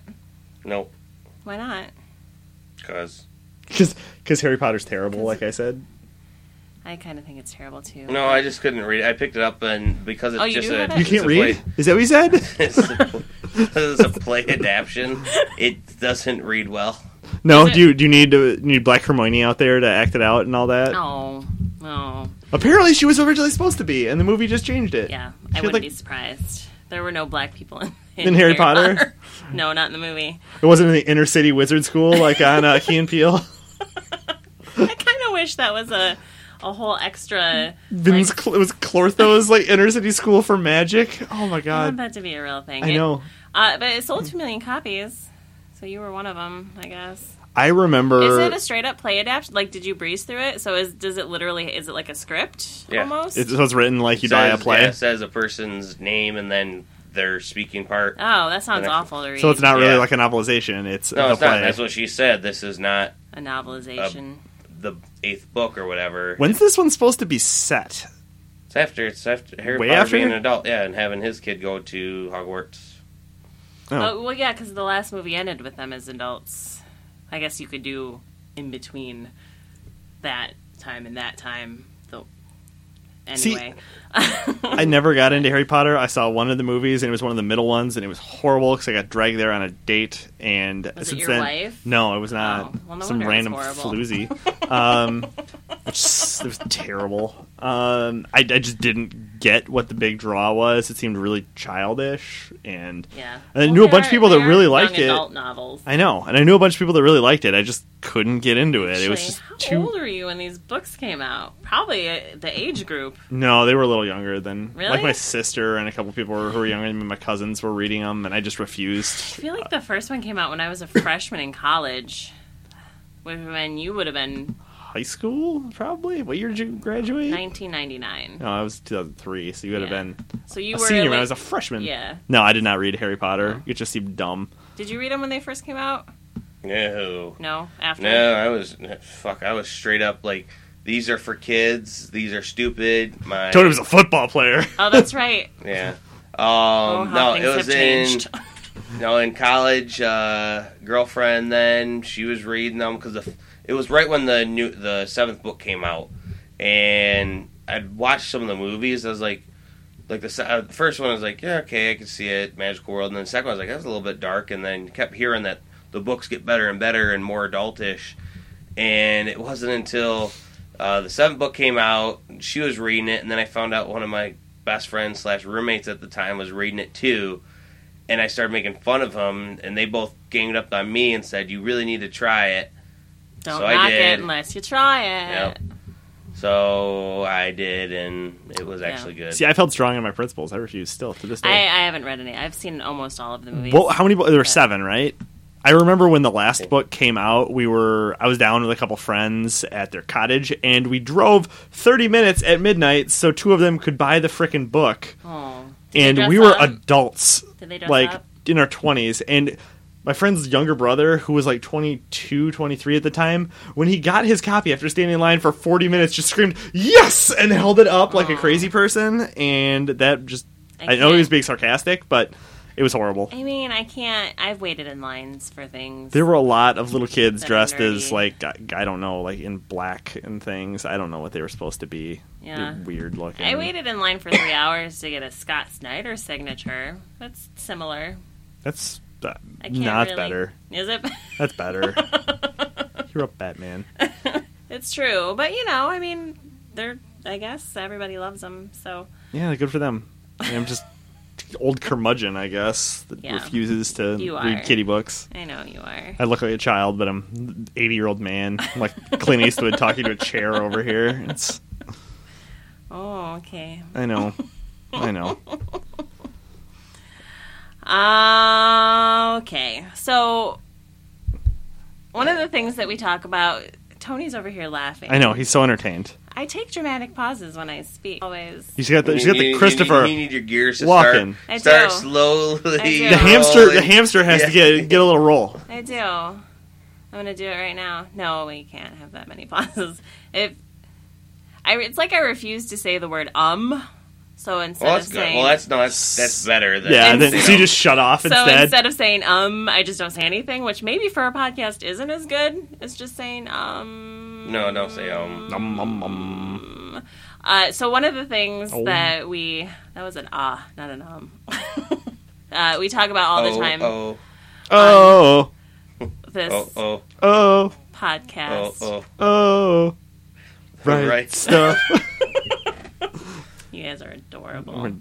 S1: Nope,
S2: Why not?
S1: because.
S3: [laughs] Because Harry Potter's terrible, like
S1: [laughs]
S3: I said.
S2: I kind of think it's terrible too.
S1: No, I just couldn't read it. I picked it up and because it's
S2: Oh, you
S1: just
S2: do
S1: a
S2: have it?
S3: You
S1: it's
S3: can't
S1: a
S3: read?
S1: Play,
S3: Is that what you said?
S1: [laughs]
S2: [laughs]
S3: [laughs]
S1: it's, a, pl- [laughs] it's a play adaptation. It doesn't read well.
S3: No,
S2: Is it-
S3: do you, do you need to you need Black Hermione out there to act it out and all that?
S2: Oh, no.
S3: Apparently, she was originally supposed to be, and the movie just changed it.
S2: Yeah,
S3: She
S2: I
S3: had,
S2: wouldn't
S3: like-
S2: be surprised. There were no black people in,
S3: In Harry Potter?
S2: [laughs] no, not in the movie.
S3: It wasn't in the inner city wizard school like on uh, Key
S2: [laughs]
S3: and Peele.
S2: I kind of wish that was a a whole extra.
S3: It was,
S2: like,
S3: Cl- it was Clortho's like inner city school for magic. Oh my
S2: I want
S3: god,
S2: that to be a real thing.
S3: I
S2: It-
S3: know.
S2: uh, but it sold two million copies, so you were one of them, I guess.
S3: I remember.
S2: Is it a straight up play adaptation? Like, did you breeze through it? So is does it literally? Is it like a script
S1: Yeah.
S2: almost?
S3: It was written like you die a
S1: says,
S3: play,
S1: yeah, it says a person's name and then their speaking part.
S2: oh, that sounds
S1: And I-
S2: awful to read.
S3: so it's not really
S1: Yeah.
S3: like a novelization. It's
S1: No,
S3: a
S1: it's
S3: play.
S1: not. That's what she said. This is not
S2: a novelization.
S1: the eighth book or whatever.
S3: When's this one supposed to be set?
S1: It's after it's after Harry
S3: Way
S1: Potter
S3: after?
S1: being an adult, yeah, and having his kid go to Hogwarts.
S3: Oh.
S2: Oh, well, yeah, because the last movie ended with them as adults. I guess you could do in between that time and that time. So,
S3: See-
S2: anyway,
S3: I never got into Harry Potter. I saw one of the movies, and it was one of the middle ones, and it was horrible because I got dragged there on a date. And
S2: Was it
S3: since
S2: your
S3: then,
S2: wife?
S3: no, it was not
S2: Oh, well, no
S3: some
S2: wonder it's
S3: random
S2: horrible. [laughs]
S3: floozy. Um, which s- it was terrible. Um, I, I just didn't get what the big draw was. It seemed really childish, and
S2: yeah.
S3: I knew a bunch of people
S2: they
S3: that really
S2: aren't
S3: liked
S2: young
S3: it.
S2: Adult novels.
S3: I know, and I knew a bunch of people that really liked it. I just couldn't get into it. it was
S2: Actually,
S3: just
S2: how
S3: too.
S2: old were you when these books came out? Probably uh, the age group.
S3: No, they were a little younger than like
S2: Really?
S3: my sister and a couple people who were younger than me. My cousins were reading them, and I just refused.
S2: I feel like the first one came out when I
S3: [laughs]
S2: was a freshman in college. Which when you would have been
S3: high school, probably. What year did you graduate?
S2: 1999.
S3: No, I was 2003, so you would have
S2: Yeah.
S3: been
S2: So you
S3: a
S2: were
S3: senior
S2: like-
S3: when I was a freshman.
S2: yeah. Oh.
S3: No, I did not read Harry Potter. It just seemed dumb.
S2: Did you read them when they first came out?
S1: No.
S2: No, after.
S1: No, I was fuck. I was straight up like, these are for kids. These are stupid. My
S3: Tony was a football player.
S2: Oh,
S1: [laughs]
S2: that's right.
S1: yeah. Um,
S2: Oh, how
S1: no, it
S2: things
S1: was
S2: have
S1: in
S2: changed. [laughs]
S1: no in college. Uh, girlfriend, then she was reading them because the, it was right when the new the seventh book came out, and I'd watched some of the movies. I was like, like the se- uh, the first one I was like, yeah, okay, I can see it, Magical World, and then the second one I was like, that was a little bit dark, and then kept hearing that the books get better and better and more adultish, and it wasn't until uh, the seventh book came out, she was reading it, and then I found out one of my best friends slash roommates at the time was reading it too, and I started making fun of him, and they both ganged up on me and said, "You really need to try it."
S2: Don't
S1: So I
S2: knock
S1: did.
S2: it unless you try it.
S1: Yep. So I did, and it was actually good.
S3: See, I felt strong in my principles. I refuse still to this
S2: I,
S3: day.
S2: I haven't read any. I've seen almost all of the movies.
S3: Well, how many? bo- There were seven, right? I remember when the last book came out. We were I was down with a couple friends at their cottage, and we drove thirty minutes at midnight so two of them could buy the frickin' book.
S2: Oh. Did they
S3: and
S2: dress
S3: we were
S2: up?
S3: adults,
S2: Did they dress
S3: like
S2: up?
S3: in our 20s. And my friend's younger brother, who was like 22, 23 at the time, when he got his copy after standing in line for 40 minutes, just screamed, Yes! and held it up like a
S2: Aw.
S3: crazy person. And that just,
S2: I
S3: I, know he was
S2: can't-
S3: being sarcastic, but it was horrible.
S2: I mean, I can't. I've waited in lines for things.
S3: There were a lot of little kids
S2: That are
S3: dressed as
S2: nerdy.
S3: like I I don't know, like in black and things. I don't know what they were supposed to be. They're
S2: Yeah.
S3: weird looking.
S2: I waited in line for three hours to get a Scott Snyder signature. That's similar.
S3: That's uh,
S2: I can't
S3: not
S2: really-
S3: better.
S2: Is it? [laughs]
S3: That's better. You're up, Batman.
S2: it's true, but you know, I mean, they're I guess everybody loves them. So
S3: Yeah, good for them. I am just old curmudgeon, I guess, that
S2: Yeah.
S3: refuses to
S2: You are.
S3: read kitty books.
S2: I know you are.
S3: I look like a child, but I'm an 80 year old man. I'm like Clint Eastwood talking to a chair over here. It's
S2: Oh, okay.
S3: I know, I know.
S2: Uh, okay. So one of the things that we talk about, Tony's over here laughing.
S3: I know. He's so entertained.
S2: I take dramatic pauses when I speak. Always.
S3: He's got the, he's
S1: You
S3: got the
S1: need-
S3: Christopher.
S1: You need, you need your gears to
S3: Walken.
S2: I do.
S1: start, start
S2: I
S1: slowly.
S2: do.
S3: the hamster. The
S1: rolling.
S3: hamster has to
S1: Yeah.
S3: get get a little roll.
S2: I do. I'm gonna do it right now. No, we can't have that many pauses. If I, it's like I refuse to say the word um. So instead
S1: Well,
S2: of
S1: that's good.
S2: saying,
S1: Well, that's no, that's that's better. Than,
S3: Yeah,
S2: And
S3: then,
S1: you
S3: so you
S1: know.
S3: just shut off
S2: so
S3: instead.
S2: instead of saying um, I just don't say anything, which maybe for a podcast isn't as good as just saying um.
S1: no, don't say um.
S3: Um, um, um.
S2: Uh, so one of the things
S3: Oh.
S2: that we that was an ah, not an um. [laughs] uh, we talk about all the
S1: oh,
S2: time
S1: Oh,
S3: Oh,
S2: this
S1: oh, oh,
S3: oh,
S2: podcast. [laughs]
S1: oh, oh.
S3: oh. Right,
S1: Right.
S3: stuff.
S2: You guys are adorable.
S3: [laughs] We're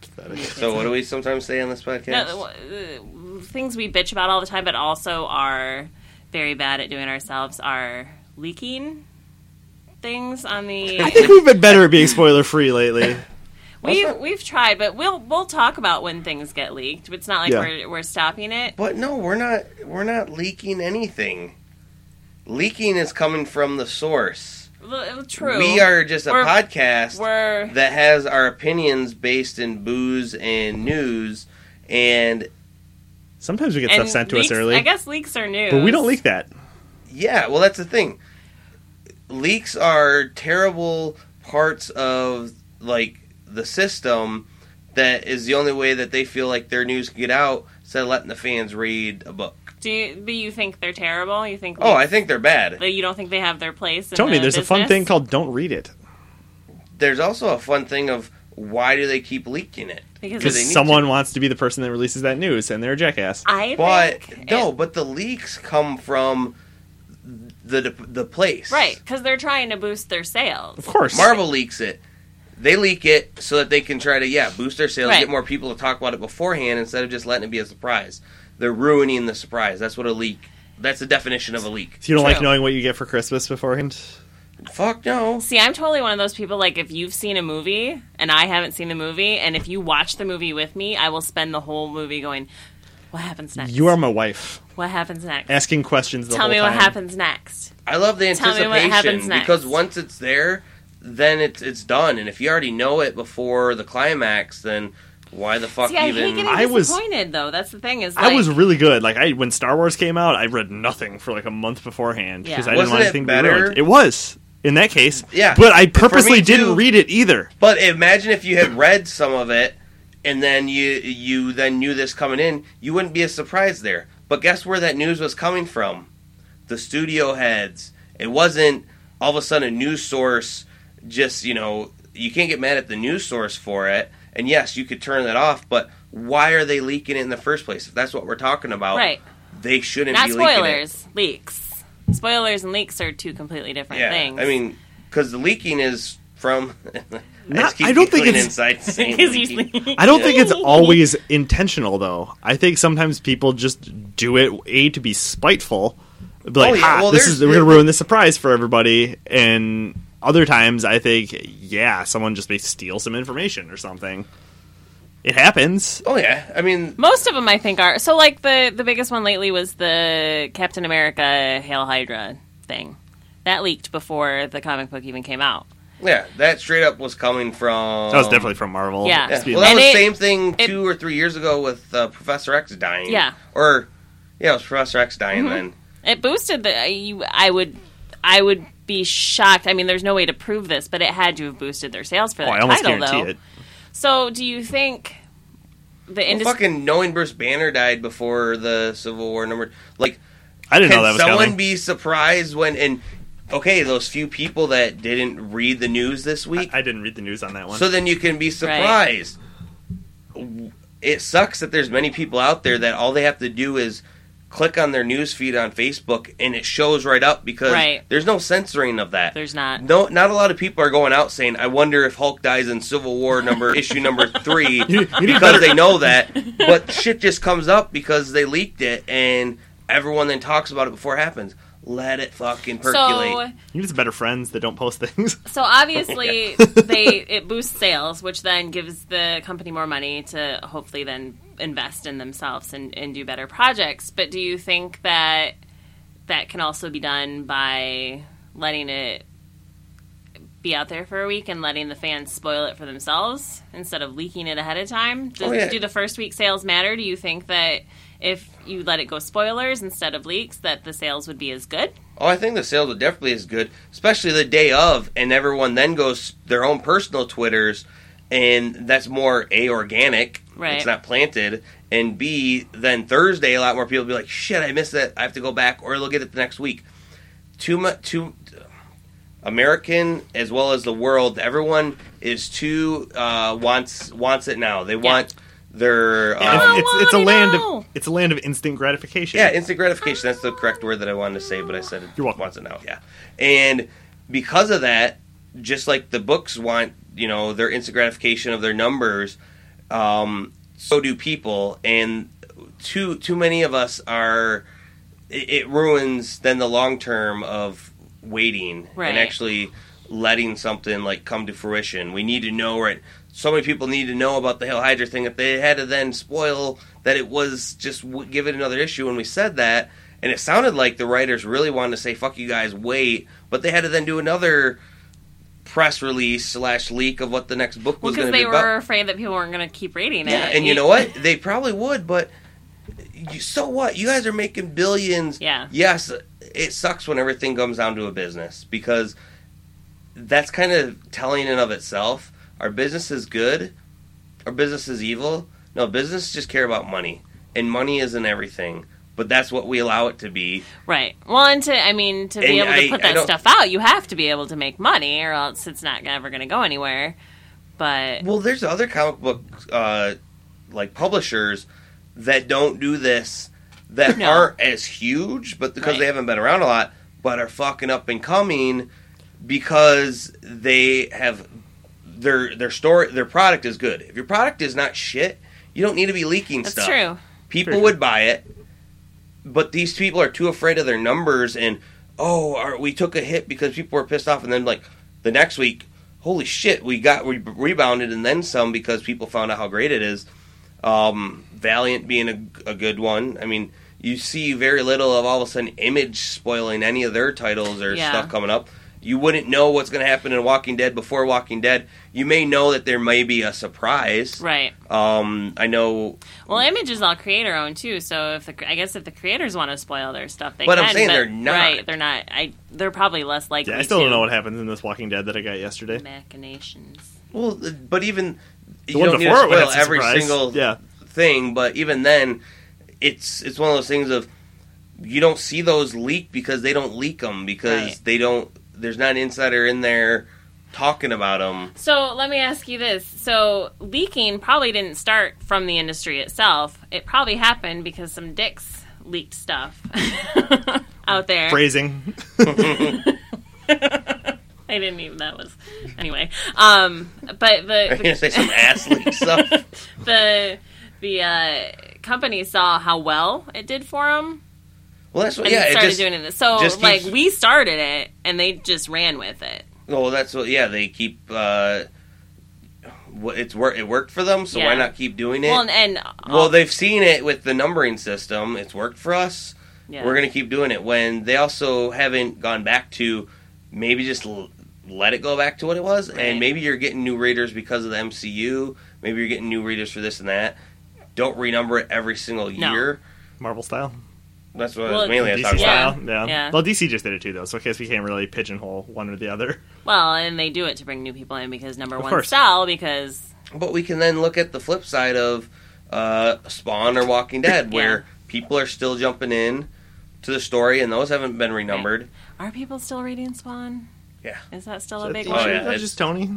S3: pathetic.
S1: So what do we sometimes say on this podcast?
S2: No, uh, things we bitch about all the time, but also are very bad at doing ourselves are leaking things on
S3: [laughs] I
S2: the.
S3: think we've been better at being spoiler free lately.
S2: we we've tried, but we'll we'll talk about when things get leaked. It's not like
S3: Yeah.
S2: we're we're stopping it.
S1: But no, we're not. We're not leaking anything. Leaking is coming from the source.
S2: Well, uh, True.
S1: We are just a
S2: We're-
S1: podcast
S2: We're
S1: that has our opinions based in booze and news, and
S3: [laughs] Sometimes we get
S2: and
S3: stuff sent to
S2: leaks,
S3: us early,
S2: I guess leaks are news,
S3: but we don't leak that.
S1: Yeah, well, that's the thing. Leaks are terrible parts of like the system. That is the only way that they feel like their news can get out. Instead of letting the fans read a book.
S2: Do you, but you think they're terrible? You think
S1: Oh, I
S2: leaks-
S1: think they're bad.
S2: that you don't think they have their place. In
S3: Tony,
S2: the
S3: there's a fun
S2: business?
S3: thing called "Don't Read It"
S1: There's also a fun thing of why do they keep leaking it?
S2: because
S1: they
S3: because
S1: need
S3: someone wants to be the person that releases that news, and they're a jackass.
S2: I
S1: But
S2: think
S1: no,
S2: it-
S1: but the leaks come from the the place.
S2: right because they're trying to boost their sales.
S3: Of course,
S1: Marvel leaks it. They leak it so that they can try to yeah boost their sales,
S2: Right.
S1: get more people to talk about it beforehand instead of just letting it be a surprise. They're ruining the surprise. That's what a leak. That's the definition of a leak.
S3: So you don't like
S2: True.
S3: knowing what you get for Christmas beforehand.
S1: Fuck no.
S2: See, I'm totally one of those people. Like, if you've seen a movie and I haven't seen the movie, and if you watch the movie with me, I will spend the whole movie going, "What happens next?
S3: You are my wife,
S2: what happens next?
S3: asking questions. The
S2: Tell
S3: whole
S2: me what
S3: time.
S2: happens next."
S1: I love the
S2: Tell me
S1: anticipation
S2: what happens next.
S1: because once it's there, then it's it's done. And if you already know it before the climax, then why the fuck
S2: See, I hate
S1: even?
S2: getting
S3: I was-
S2: disappointed, though. That's the thing. Is like,
S3: I was really good. Like I, when Star Wars came out, I read nothing for like a month beforehand because
S2: Yeah.
S1: Wasn't
S3: I didn't want
S1: it
S3: anything to be
S1: better?
S3: ruined. It was in that case,
S1: Yeah.
S3: But I
S1: For me
S3: purposely didn't
S1: too.
S3: read it either.
S1: But imagine if you had read some of it, and then you you then knew this coming in, you wouldn't be as surprised there. But guess where that news was coming from? The studio heads. It wasn't all of a sudden a news source. Just you know, you can't get mad at the news source for it. And yes, you could turn that off, but why are they leaking it in the first place? If that's what we're talking about,
S2: right.
S1: They shouldn't
S2: Not
S1: be leaking it.
S2: spoilers, leaks. Spoilers and leaks are two completely different
S1: Yeah,
S2: things.
S1: I mean, because the leaking is from. [laughs]
S3: Not- I don't think it's-
S1: because
S2: [laughs] because you sleep.
S3: I don't think it's always intentional, though. I think sometimes people just do it a to be spiteful, be like,
S1: Oh, yeah,
S3: "Ha,
S1: well,
S3: this
S1: there's-
S3: is we're gonna ruin this surprise for everybody." And other times, I think, yeah, someone just may steal some information or something. It happens.
S1: Oh yeah, I mean,
S2: Most of them, I think, are so. Like the the biggest one lately was the Captain America Hail Hydra thing that leaked before the comic book even came out.
S1: yeah, that straight up was coming from.
S3: That was definitely from Marvel.
S2: Yeah.
S1: Yeah.
S3: Just be
S1: Oh. Well, that
S2: And
S1: was the
S2: it-
S1: same thing
S2: it-
S1: two or three years ago with uh, Professor X dying.
S2: Yeah. Mm-hmm.
S1: Or, yeah, it was Professor X dying then.
S2: It boosted the. You, I would, I would be shocked. I mean, there's no way to prove this, but it had to have boosted their sales for
S3: Oh,
S2: that
S3: I almost
S2: title,
S3: guarantee
S2: though.
S3: it.
S2: So, do you think the
S1: Well,
S2: industry?
S1: fucking knowing Bruce Banner died before the Civil War number, like,
S3: I didn't
S1: can
S3: know that was
S1: someone
S3: coming.
S1: be surprised when and okay, those few people that didn't read the news this week,
S3: I didn't read the news on that one. [laughs]
S1: so then you can be surprised. It sucks that there's many people out there that all they have to do is click on their news feed on Facebook and it shows right up because
S2: Right.
S1: there's no censoring of that.
S2: There's not.
S1: no, not a lot of people are going out saying, "I wonder if Hulk dies in Civil War
S2: [laughs]
S1: number issue number three because they know that. But shit just comes up because they leaked it, and everyone then talks about it before it happens. Let it fucking percolate.
S2: So
S3: You need some better friends that don't post things.
S2: so
S1: [laughs]
S2: obviously they it boosts sales, which then gives the company more money to hopefully then invest in themselves and, and do better projects. But do you think that that can also be done by letting it be out there for a week and letting the fans spoil it for themselves instead of leaking it ahead of time? Does,
S1: Oh, yeah.
S2: Do the first week sales matter? Do you think that if you let it go spoilers instead of leaks, that the sales would be as good?
S1: Oh, I think the sales are definitely as good, especially the day of, and everyone then goes their own personal Twitters, and that's more a organic.
S2: Right.
S1: It's not planted, and b then Thursday a lot more people be like, shit, I missed that. I have to go back or look at it the next week. Too much. Too American as well as the world. Everyone is too uh, wants wants it now. They want their.
S2: Oh, I
S1: um,
S2: don't
S3: [laughs] it's, it's a
S2: wanna
S3: land
S2: know.
S3: of it's a land of instant gratification.
S1: yeah, instant gratification. That's the correct word that I wanted to say, but I said it
S3: You're welcome.
S1: wants it now. Yeah. And because of that, just like the books want, you know, their instant gratification of their numbers, um, so do people. And too too many of us are it, it ruins then the long term of waiting
S2: Right.
S1: and actually letting something like come to fruition. We need to know right. So many people need to know about the Hail Hydra thing. If they had to then spoil that it was just w- give it another issue, and we said that, and it sounded like the writers really wanted to say "fuck you guys, wait," but they had to then do another press release slash leak of what the next book
S2: Well,
S1: was
S2: because
S1: going to be
S2: they
S1: about.
S2: were afraid that people weren't going to keep reading it.
S1: Yeah, and you know what? They probably would, but you, so what? You guys are making billions.
S2: Yeah.
S1: Yes, it sucks when everything comes down to a business because that's kind of telling in of itself. Our business is good. Our business is evil. No, business just care about money, and money isn't everything. But that's what we allow it to be.
S2: Right. Well, and to I mean to be
S1: And
S2: able to
S1: I-
S2: put
S1: I
S2: that
S1: don't-
S2: stuff out, you have to be able to make money, or else it's not ever going to go anywhere. But
S1: Well, there's other comic book uh, like publishers that don't do this that
S2: No.
S1: aren't as huge, but because they
S2: Right.
S1: haven't been around a lot, but are fucking up and coming because they have their their story their product is good. If your product is not shit, you don't need to be leaking
S2: that's
S1: stuff.
S2: true.
S1: People
S3: Very
S1: would buy it, but these people are too afraid of their numbers and oh, are, we took a hit because people were pissed off, and then like the next week, holy shit, we got we rebounded and then some because people found out how great it is. Um, Valiant being a, a good one. I mean, you see very little of all of a sudden Image spoiling any of their titles or
S2: Yeah.
S1: stuff coming up. You wouldn't know what's going to happen in Walking Dead before Walking Dead. You may know that there may be a surprise.
S2: Right.
S1: Um, I know
S2: Well, Image is all creator owned too, so if the I guess if the creators want to spoil their stuff, they
S1: But
S2: can.
S1: I'm saying they're not.
S2: Right. They're not. I. They're probably less likely.
S3: Yeah, I still don't
S2: to.
S3: know what happens in this Walking Dead that I got yesterday.
S2: machinations.
S1: Well, th- but even
S3: The
S1: you
S3: one
S1: don't need to
S3: before it
S1: spoil
S3: was a
S1: every
S3: surprise.
S1: single
S3: Yeah.
S1: thing. But even then, it's it's one of those things of you don't see those leak because they don't leak them because
S2: Right.
S1: they don't. There's not an insider in there talking about them.
S2: So let me ask you this. So leaking probably didn't start from the industry itself. It probably happened because some dicks leaked stuff [laughs] out there.
S3: Phrasing. [laughs]
S2: I didn't even that was anyway. Um but
S1: I'm [laughs] gonna
S2: the
S1: say some ass
S2: [laughs]
S1: leak stuff.
S2: the the uh company saw how well it did for them
S1: Well, that's what.
S2: and
S1: Yeah, it
S2: started
S1: just.
S2: doing it. So
S1: just
S2: like
S1: keeps-
S2: we started it and they just ran with it.
S1: Well, that's what. Yeah, they keep. uh wh- It's work. It worked for them, so why
S2: Yeah.
S1: not keep doing it?
S2: Well, and, and oh,
S1: well, they've seen it with the numbering system. It's worked for us.
S2: yeah.
S1: we're going to keep doing it when they also haven't gone back to maybe just l- let it go back to what it was
S2: Right.
S1: and maybe you're getting new readers because of the mcu maybe you're getting new readers for this and that don't renumber it every single
S2: No.
S1: year
S3: Marvel style.
S1: that's what I
S2: Well,
S1: was mainly I
S3: DC
S1: talking
S2: yeah.
S1: about
S3: style. Yeah.
S2: Yeah.
S3: Well, DC just did it too, though, so I guess we can't really pigeonhole one or the other.
S2: well, and they do it to bring new people in because number
S3: Of
S2: one
S3: course.
S2: sell because
S1: but we can then look at the flip side of uh, spawn or
S2: [laughs]
S1: walking dead where people are still jumping in to the story and those haven't been renumbered
S2: Are people still reading Spawn?
S1: Yeah.
S2: Is that still a big
S3: Is
S1: Oh,
S2: one?
S1: yeah,
S3: that
S1: it's-
S3: just Tony?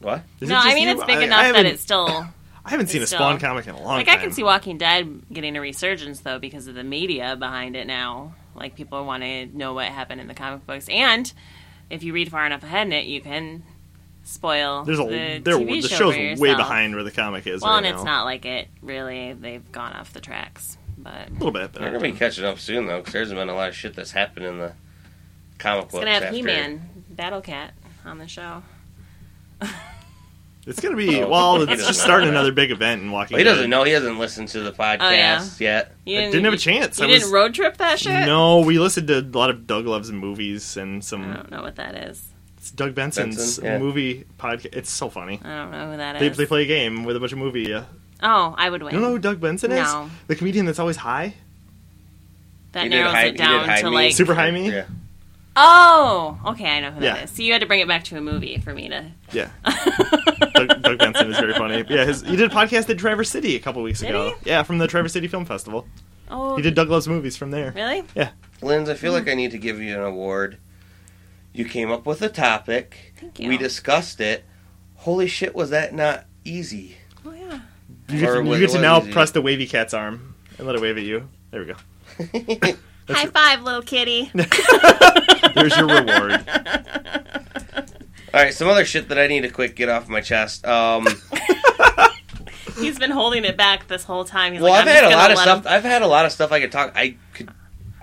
S1: what
S3: Is it
S2: No,
S3: just
S2: I mean
S3: you?
S2: it's big
S3: I-
S2: enough
S3: I
S2: that
S3: haven't-
S2: it's still.
S3: I haven't seen a
S2: Still.
S3: Spawn comic in a long
S2: Like
S3: time.
S2: I can see Walking Dead getting a resurgence though because of the media behind it now. Like people want to know what happened in the comic books, and if you read far enough ahead in it, you can spoil.
S3: There's a
S2: the,
S3: there,
S2: TV
S3: the
S2: show
S3: show's
S2: for
S3: way
S2: yourself.
S3: behind where the comic is.
S2: Well,
S3: right
S2: and it's
S3: now.
S2: not like it really. They've gone off the tracks, but
S3: a little bit.
S1: They're gonna
S3: But
S1: be catching up soon though, because there's been a lot of shit that's happened in the comic
S2: it's
S1: books.
S2: gonna have
S1: after-
S2: He Man, Battle Cat on the show.
S3: it's gonna be
S1: Oh,
S3: well.
S1: he
S3: It's
S1: doesn't
S3: just
S1: know
S2: [laughs]
S3: starting
S1: that.
S3: another big event in Walking.
S1: Well, he doesn't
S3: Dead.
S1: know. He hasn't listened
S2: Oh,
S1: to the podcast yet.
S2: You
S3: I didn't have a chance.
S2: You
S3: I
S2: didn't
S3: was-
S2: road trip that shit.
S3: No, we listened to a lot of Doug Love's movies and
S1: Oh.
S2: I
S3: some
S2: don't know what that is.
S3: it's Doug Benson's
S1: Benson, yeah.
S3: movie podcast. It's so funny.
S2: I don't know who that is.
S3: They, they play a game with a bunch of movie. Uh,
S2: oh, I would win.
S3: you don't know who Doug Benson is?
S2: No.
S3: The comedian that's always high,
S2: that
S1: He did
S2: narrows
S1: high- he
S2: it
S1: did
S2: down
S1: high
S2: to
S1: me.
S2: like
S3: super high me.
S1: Yeah.
S2: Oh, okay, I know who
S3: Yeah.
S2: that is. So you had to bring it back to a movie for me to.
S3: Yeah. [laughs]
S2: [laughs]
S3: Doug, Doug Benson is very funny. Yeah, his, he did a podcast at Traverse City a couple weeks
S2: Did
S3: ago. Yeah, from the Traverse City Film Festival.
S2: oh,
S3: He did Doug Love's movies from there.
S2: really?
S1: Linz, I feel
S2: Hmm.
S1: like I need to give you an award. You came up with a topic.
S2: Thank you.
S1: We discussed it. Holy shit, was that not easy? [laughs]
S2: Oh yeah.
S3: You get,
S1: Or
S3: to,
S1: was-
S3: you get to
S1: was
S3: now
S1: easy.
S3: press the wavy cat's arm and let it wave at you. There
S2: [laughs]
S3: we go. That's
S2: High
S3: it.
S2: five, little kitty.
S3: [laughs]
S2: [laughs]
S3: There's your reward.
S1: All right, some other shit that I need to quick get off my chest. Um,
S2: He's been holding it back this whole time. [laughs] He's
S1: well,
S2: like,
S1: I've
S2: I'm
S1: had a
S2: just gonna
S1: lot of
S2: let
S1: stuff.
S2: Him,
S1: I've had a lot of stuff I could talk. I could.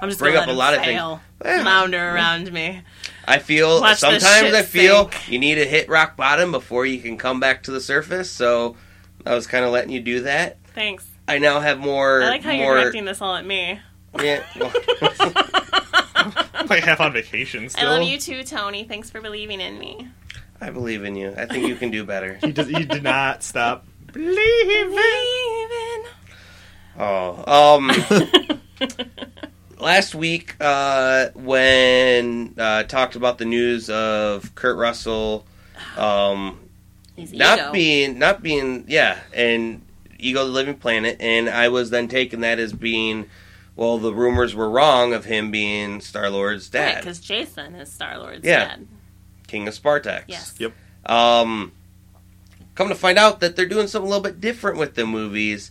S2: I'm just
S1: bring
S2: gonna
S1: up
S2: let
S1: a
S2: him
S1: lot of things.
S2: sail,
S1: Yeah.
S2: Mounder around me.
S1: I feel
S2: Watch this
S1: sometimes
S2: shit
S1: I feel
S2: sink.
S1: you need to hit rock bottom before you can come back to the surface. So I was kind of letting you do that.
S2: Thanks.
S1: I now have more.
S2: I like how
S1: more,
S2: you're directing this all at me.
S1: [laughs]
S2: [laughs]
S1: Yeah, well,
S3: I'm like half on vacation
S2: I
S3: still.
S2: love you too, Tony. Thanks for believing in
S3: [laughs]
S2: me.
S1: [laughs]
S2: [laughs]
S1: I believe in you. I think you can do better.
S3: He, does, he did not stop believing.
S2: Believing.
S1: Oh, um, [laughs] last week uh, when uh, talked about the news of Kurt Russell um,
S2: His
S1: not
S2: ego.
S1: being not being yeah and ego the living planet and i was then taken that as being well the rumors were wrong of him being star lord's dad
S2: because Jason is Star Lord's
S1: Yeah.
S2: dad.
S1: king of spartax
S2: Yes.
S3: Yep.
S1: um come to find out that they're doing something a little bit different with the movies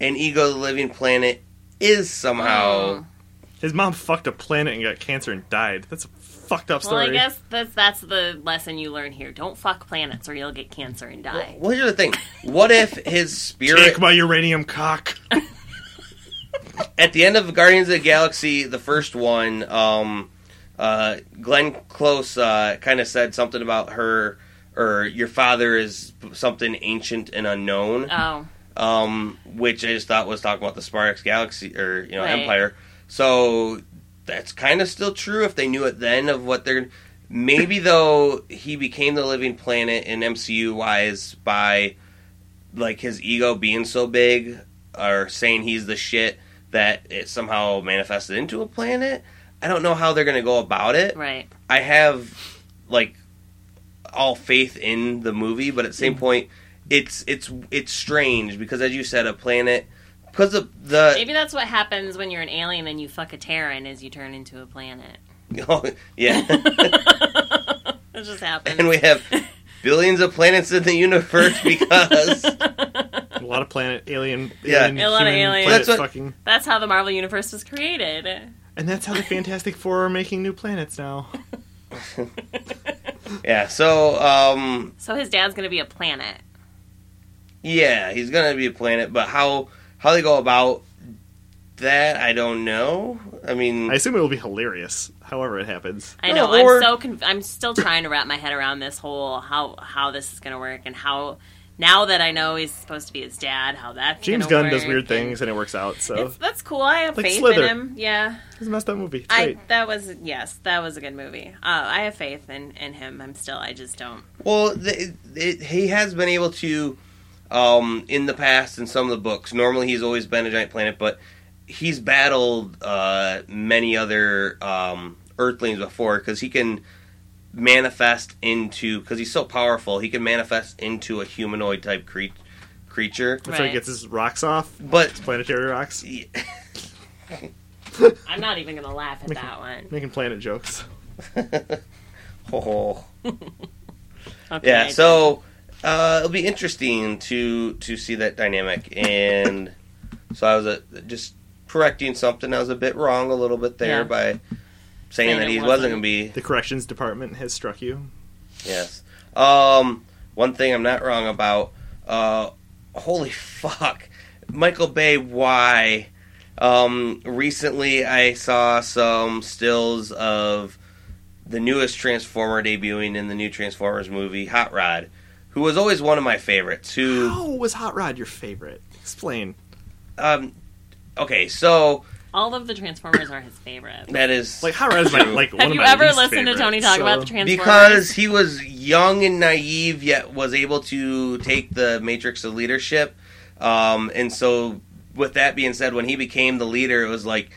S1: and ego the living planet is somehow
S2: Mm.
S3: His mom fucked a planet and got cancer and died. That's a fucked up
S2: Well,
S3: story.
S2: I guess that's that's the lesson you learn here. Don't fuck planets, or you'll get cancer and die.
S1: well here's the thing what if his spirit
S3: Take my uranium cock.
S1: at the end of Guardians of the Galaxy, the first one, um, uh, Glenn Close uh, kind of said something about her or your father is something ancient and unknown,
S2: Oh,
S1: um, which I just thought was talking about the Sparks Galaxy or you know
S2: Right.
S1: Empire. So that's kind of still true if they knew it then of what they're. Maybe though he became the living planet in MCU wise by like his ego being so big or saying he's the shit that it somehow manifested into a planet. I don't know how they're going to go about it.
S2: right.
S1: I have like all faith in the movie, but at the same point, it's it's it's strange because as you said, a planet because of the [laughs]
S2: Maybe that's what happens when you're an alien and you fuck a Terran, is you turn into
S1: [laughs]
S2: a planet.
S1: yeah,
S2: [laughs] it just happens.
S1: and we have billions of planets in the universe because
S3: A lot of planet alien.
S1: Yeah.
S3: alien,
S2: A lot of
S3: human
S2: aliens.
S3: planet
S1: That's what-
S3: fucking.
S2: [laughs] that's how the Marvel universe was created.
S3: And that's how the Fantastic Four are making new planets now.
S1: yeah. So um,
S2: So his dad's gonna be a planet.
S1: Yeah, he's gonna be a planet, but how how they go about that, I don't know. I mean,
S3: [laughs] I assume it will be hilarious, however it happens.
S2: I
S1: No,
S2: know.
S1: or-
S2: I'm so conf- I'm still trying to wrap my head around this whole how how this is gonna work and how now that I know he's supposed to be his dad, how that's
S3: James
S2: gonna
S3: Gunn does
S2: work
S3: weird
S2: and-
S3: things and it works out, so
S2: It's, that's cool. I have
S3: Like
S2: faith
S3: Slither.
S2: in him. Yeah.
S3: it's a messed up movie. It's
S2: I
S3: great.
S2: that was yes, that was a good movie. Uh, I have faith in in him. I'm still I just don't.
S1: well, th it, he has been able to um, in the past in some of the books. Normally, he's always been a giant planet, but he's battled uh, many other um, Earthlings before because he can manifest into because he's so powerful. He can manifest into a humanoid type cre- creature,
S3: That's how he
S2: Right.
S3: gets his rocks off.
S1: but. [laughs]
S3: Planetary rocks.
S2: I'm not even gonna laugh at that one.
S3: Making planet jokes.
S1: Oh.
S2: Okay,
S1: Yeah, so uh, it'll be interesting to to see that dynamic. And so I was uh just correcting something. I was a bit wrong a little bit there
S2: Yeah.
S1: by saying
S2: Saying
S1: that
S2: it
S1: he wasn't,
S2: wasn't.
S1: going to be.
S3: The corrections department has struck you.
S1: Yes. Um, one thing I'm not wrong about. Uh, holy fuck, Michael Bay. Why? Um, recently, I saw some stills of the newest Transformer debuting in the new Transformers movie, Hot Rod, who was always one of my favorites. Who
S3: How was Hot Rod your favorite? Explain.
S1: um okay so
S2: All of the Transformers are his favorite.
S1: that is
S3: Like Hot [laughs] Rod is my, like one
S2: Have
S3: of
S2: you
S3: my
S2: ever
S3: least
S2: listened to Tony
S3: favorites,
S2: talk
S3: so-
S2: about the Transformers?
S1: because he was young and naive yet was able to take the matrix of leadership um, and so with that being said when he became the leader it was like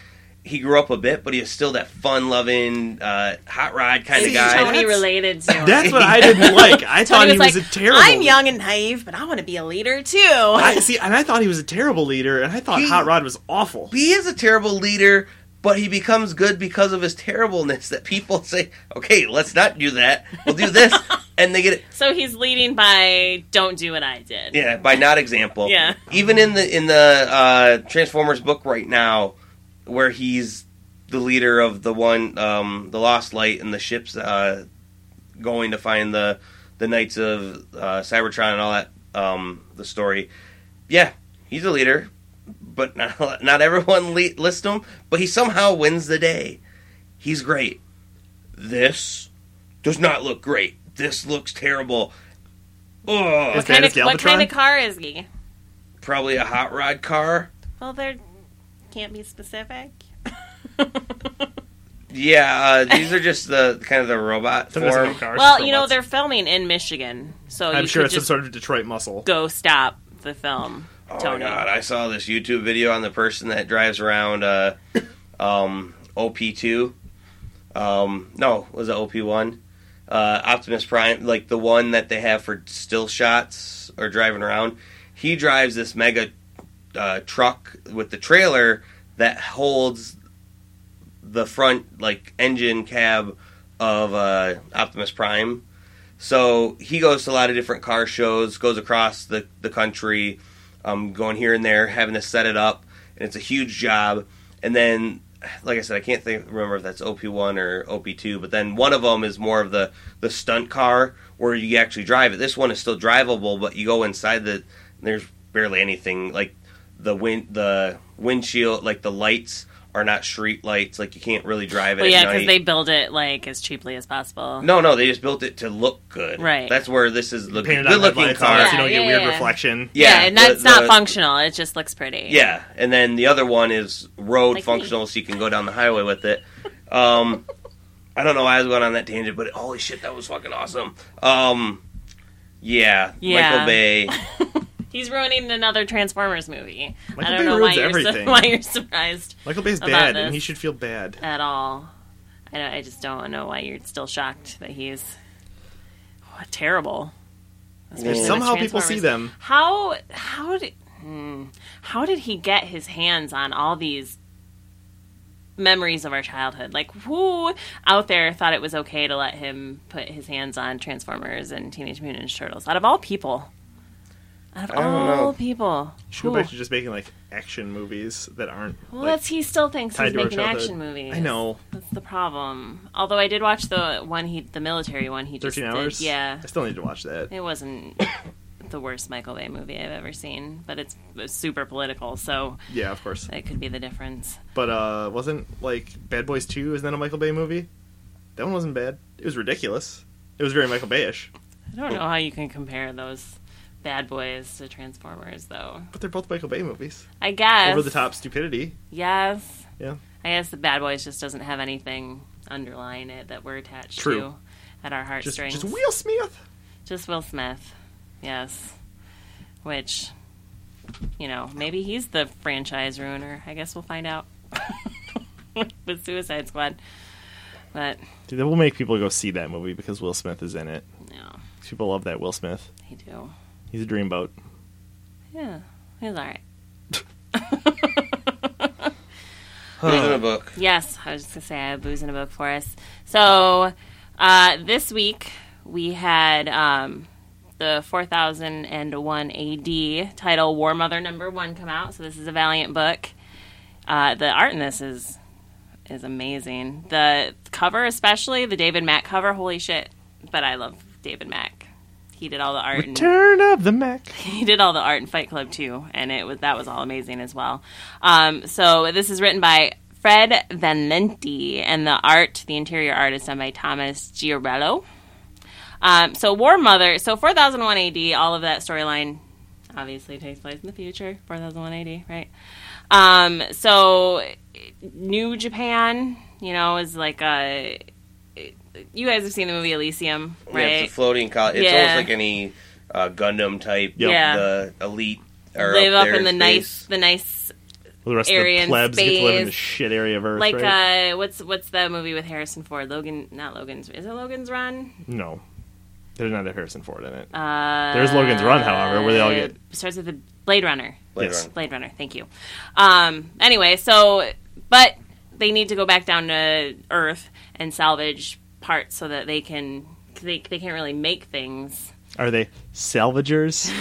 S1: he grew up a bit but he was still that fun-loving uh, hot rod kind of
S2: Is
S3: See, guy.
S2: Tony
S3: That's-
S2: related to him.
S3: That's what
S2: [laughs]
S3: I didn't like. I thought
S2: Tony
S3: he was
S2: like,
S3: a terrible.
S2: I'm young and naive, but I want to be a leader too.
S3: I see, and I thought he was a terrible leader, and I thought
S1: He-
S3: Hot Rod was awful.
S1: he is a terrible leader but he becomes good because of his terribleness that people [laughs] say okay let's not do that we'll do
S2: [laughs]
S1: this and they get it
S2: [laughs] So he's leading by "Don't do what I did."
S1: Yeah, by not example.
S2: Yeah.
S1: Even in the in the uh, Transformers book right now, where he's the leader of the one um, the Lost Light and the ships uh, going to find the the Knights of uh, Cybertron and all that um, the story. Yeah, he's a leader, but not [laughs] not everyone le- lists him. But he somehow wins the day. He's great. This does not look great. This looks terrible. Ugh
S2: What
S3: bad
S2: kind,
S3: as
S2: of, what kind of
S3: Galvatron?
S2: car is he?
S1: probably a hot rod car.
S2: Well, there can't be specific.
S1: Yeah, uh, these are just the kind of the robot
S3: Sometimes
S1: form.
S3: no cars,
S2: well,
S3: just
S2: you know
S3: robots.
S2: they're filming in Michigan, so
S3: I'm
S2: you
S3: sure
S2: could
S3: it's some
S2: just
S3: sort of Detroit muscle.
S2: go stop the film.
S1: Oh
S2: Tony.
S1: my god, I saw this YouTube video on the person that drives around uh, um, OP2. Um, no, was it OP1? Uh, Optimus Prime, like the one that they have for still shots or driving around. He drives this mega uh, truck with the trailer that holds the front like engine cab of uh, Optimus Prime. So he goes to a lot of different car shows, goes across the, the country, um, going here and there, having to set it up, and it's a huge job. And then, like I said, I can't think, remember if that's OP1 or OP2, but then one of them is more of the, the stunt car where you actually drive it. This one is still drivable, but you go inside the there's barely anything like the wind the windshield like the lights are not street lights like you can't really drive it
S2: Well,
S1: at
S2: yeah,
S1: night.
S2: because they build it like as cheaply as possible.
S1: No, no, they just built it to look good.
S2: Right.
S1: That's where this is the
S3: Painted on red
S1: good-looking
S3: lights on it
S1: car.
S3: so you don't
S2: Yeah,
S3: get
S2: yeah,
S3: weird
S2: yeah.
S3: reflection.
S1: Yeah,
S2: and
S1: the-
S2: that's not
S1: the-
S2: functional. It just looks pretty.
S1: Yeah, and then the other one is road
S2: Like
S1: functional, so you can go down the highway with it. Um, I don't know why I was going on that tangent, but holy shit, that was fucking awesome. Um, yeah,
S2: Yeah.
S1: Michael
S2: [laughs]
S1: Bay.
S2: he's ruining another Transformers movie.
S3: Michael
S2: I
S3: Bay
S2: don't know why [laughs]
S3: ruins
S2: you're,
S3: everything.
S2: why you're surprised
S3: Michael Bay's
S2: About
S3: bad,
S2: this.
S3: and he should feel bad.
S2: at all. I, don't- I just don't know why you're still shocked that he's oh, terrible. Especially with
S3: Somehow people see
S2: Transformers.
S3: them.
S2: How how did hmm, how did he get his hands on all these memories of our childhood? Like who out there thought it was okay to let him put his hands on Transformers and Teenage Mutant Ninja Turtles? Out of all people, out of
S1: I don't
S2: all
S1: know.
S2: people,
S3: You should go
S2: who-
S3: back to just making like action movies that aren't.
S2: well,
S3: like,
S2: that's he still thinks
S3: tied
S2: he's
S3: to our
S2: making
S3: childhood.
S2: action movies.
S3: I know.
S2: that's the problem. Although I did watch the one he, the military one he just
S3: Thirteen
S2: did.
S3: hours.
S2: Yeah,
S3: I still need to watch that.
S2: it wasn't [coughs] the worst Michael Bay movie I've ever seen, but it's super political, so
S3: Yeah, of course.
S2: that could be the difference.
S3: But uh, wasn't like Bad Boys Two? Isn't that a Michael Bay movie? That one wasn't bad. It was ridiculous. It was very Michael Bayish.
S2: I don't know how you can compare those bad boys to Transformers, though.
S3: But they're both Michael Bay movies.
S2: I guess
S3: Over the top stupidity.
S2: Yes.
S3: Yeah.
S2: I guess the bad boys just doesn't have anything underlying it that we're attached
S3: True.
S2: to at our
S3: Just,
S2: heartstrings.
S3: just Will Smith.
S2: Just Will Smith. Yes. Which, you know, maybe he's the franchise ruiner. I guess we'll find out [laughs] with Suicide Squad. But,
S3: Dude, that will make people go see that movie because Will Smith is in it.
S2: no,
S3: People love that Will Smith.
S2: they do.
S3: He's a dreamboat.
S2: Yeah, he's all right.
S1: Who's in a book?
S2: Yes, I was just gonna say I have booze in a book for us. So uh, this week we had um, the 4001 AD title War Mother Number One come out. So this is a Valiant book. Uh, the art in this is is amazing. The cover, especially the David Mack cover, holy shit! But I love David Mack. He did all the art. and
S3: Turn up the Mac.
S2: he did all the art in Fight Club too, and it was that was all amazing as well. Um, so this is written by Fred Valenti, and the art, the interior art, is done by Thomas Giorello. Um, so War Mother, so 4001 AD, all of that storyline obviously takes place in the future, 4001 AD, right? Um, so New Japan, you know, is like a. You guys have seen the movie Elysium,
S1: Yeah,
S2: right?
S1: it's a floating college. It's
S2: Yeah.
S1: almost like any uh, Gundam type.
S3: Yep.
S2: Yeah.
S1: The elite are
S2: Live
S1: up,
S2: up
S1: there
S2: in the nice,
S1: space.
S2: the nice
S3: Well, the rest of
S2: Area
S3: the
S2: in
S3: plebs get to live in the
S2: space.
S3: shit area of Earth.
S2: like
S3: right?
S2: uh what's what's the movie with Harrison Ford? Logan not Logan's is it Logan's Run?
S3: no, there's not a Harrison Ford in it.
S2: Uh
S3: There's Logan's Run, however, where they all get-
S2: starts with the Blade Runner.
S1: Later
S3: Yes.
S1: on.
S2: Blade Runner, thank you. Um anyway, so but they need to go back down to Earth and salvage parts so that they can they, they can't really make things.
S3: Are they salvagers?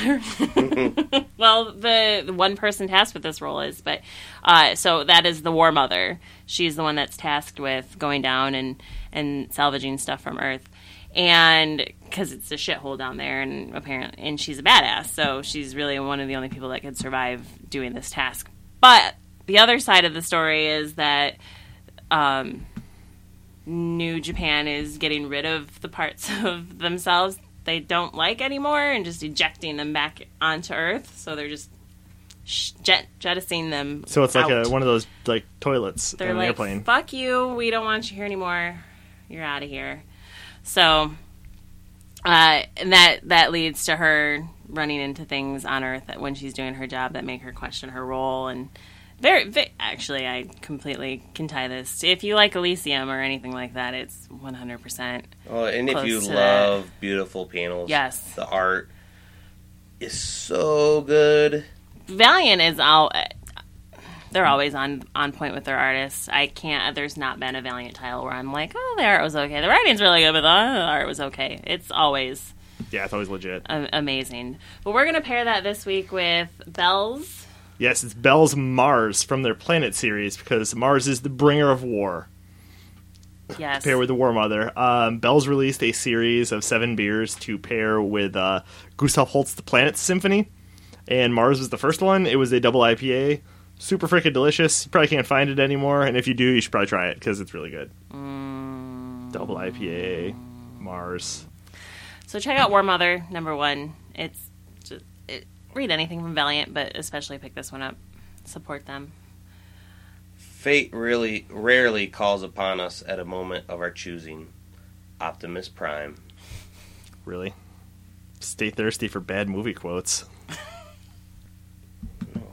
S2: Well, the, the one person tasked with this role is, but uh, so that is the War Mother. She's the one that's tasked with going down and and salvaging stuff from Earth, and because it's a shithole down there, and apparently, and she's a badass, so she's really one of the only people that could survive doing this task. But the other side of the story is that. Um, New Japan is getting rid of the parts [laughs] of themselves they don't like anymore and just ejecting them back onto Earth. So they're just sh- jet- jettisoning them.
S3: So it's like
S2: out.
S3: a, one of those like toilets
S2: They're
S3: on an
S2: like,
S3: airplane.
S2: fuck you. We don't want you here anymore. You're out of here. So uh, and that that leads to her running into things on Earth that when she's doing her job that make her question her role and. Very, ve actually, I completely can tie this. If you like Elysium or anything like that, it's one hundred percent
S1: Oh, and if
S2: close
S1: you
S2: to that.
S1: love beautiful panels,
S2: Yes.
S1: the art is so good.
S2: Valiant is all. They're always on on point with their artists. I can't. There's not been a Valiant title where I'm like, oh, the art was okay. The writing's really good, but the art was okay. It's always
S3: Yeah, it's always legit.
S2: a- amazing. But we're gonna pair that this week with Bells.
S3: Yes, it's Bell's Mars from their Planet series because Mars is the bringer of war.
S2: Yes.
S3: Pair with the War Mother. Um, Bell's released a series of seven beers to pair with uh, Gustav Holst's The Planet Symphony, and Mars was the first one. It was a double IPA, super freaking delicious. You probably can't find it anymore, and if you do, you should probably try it because it's really good. Double IPA, Mars.
S2: so check out War Mother number one. It's just it, read anything from Valiant, but especially pick this one up. Support them.
S1: Fate really rarely calls upon us at a moment of our choosing. Optimus Prime.
S3: Really, stay thirsty for bad movie quotes.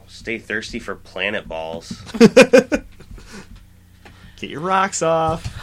S1: Stay thirsty for planet balls.
S3: Get your rocks off.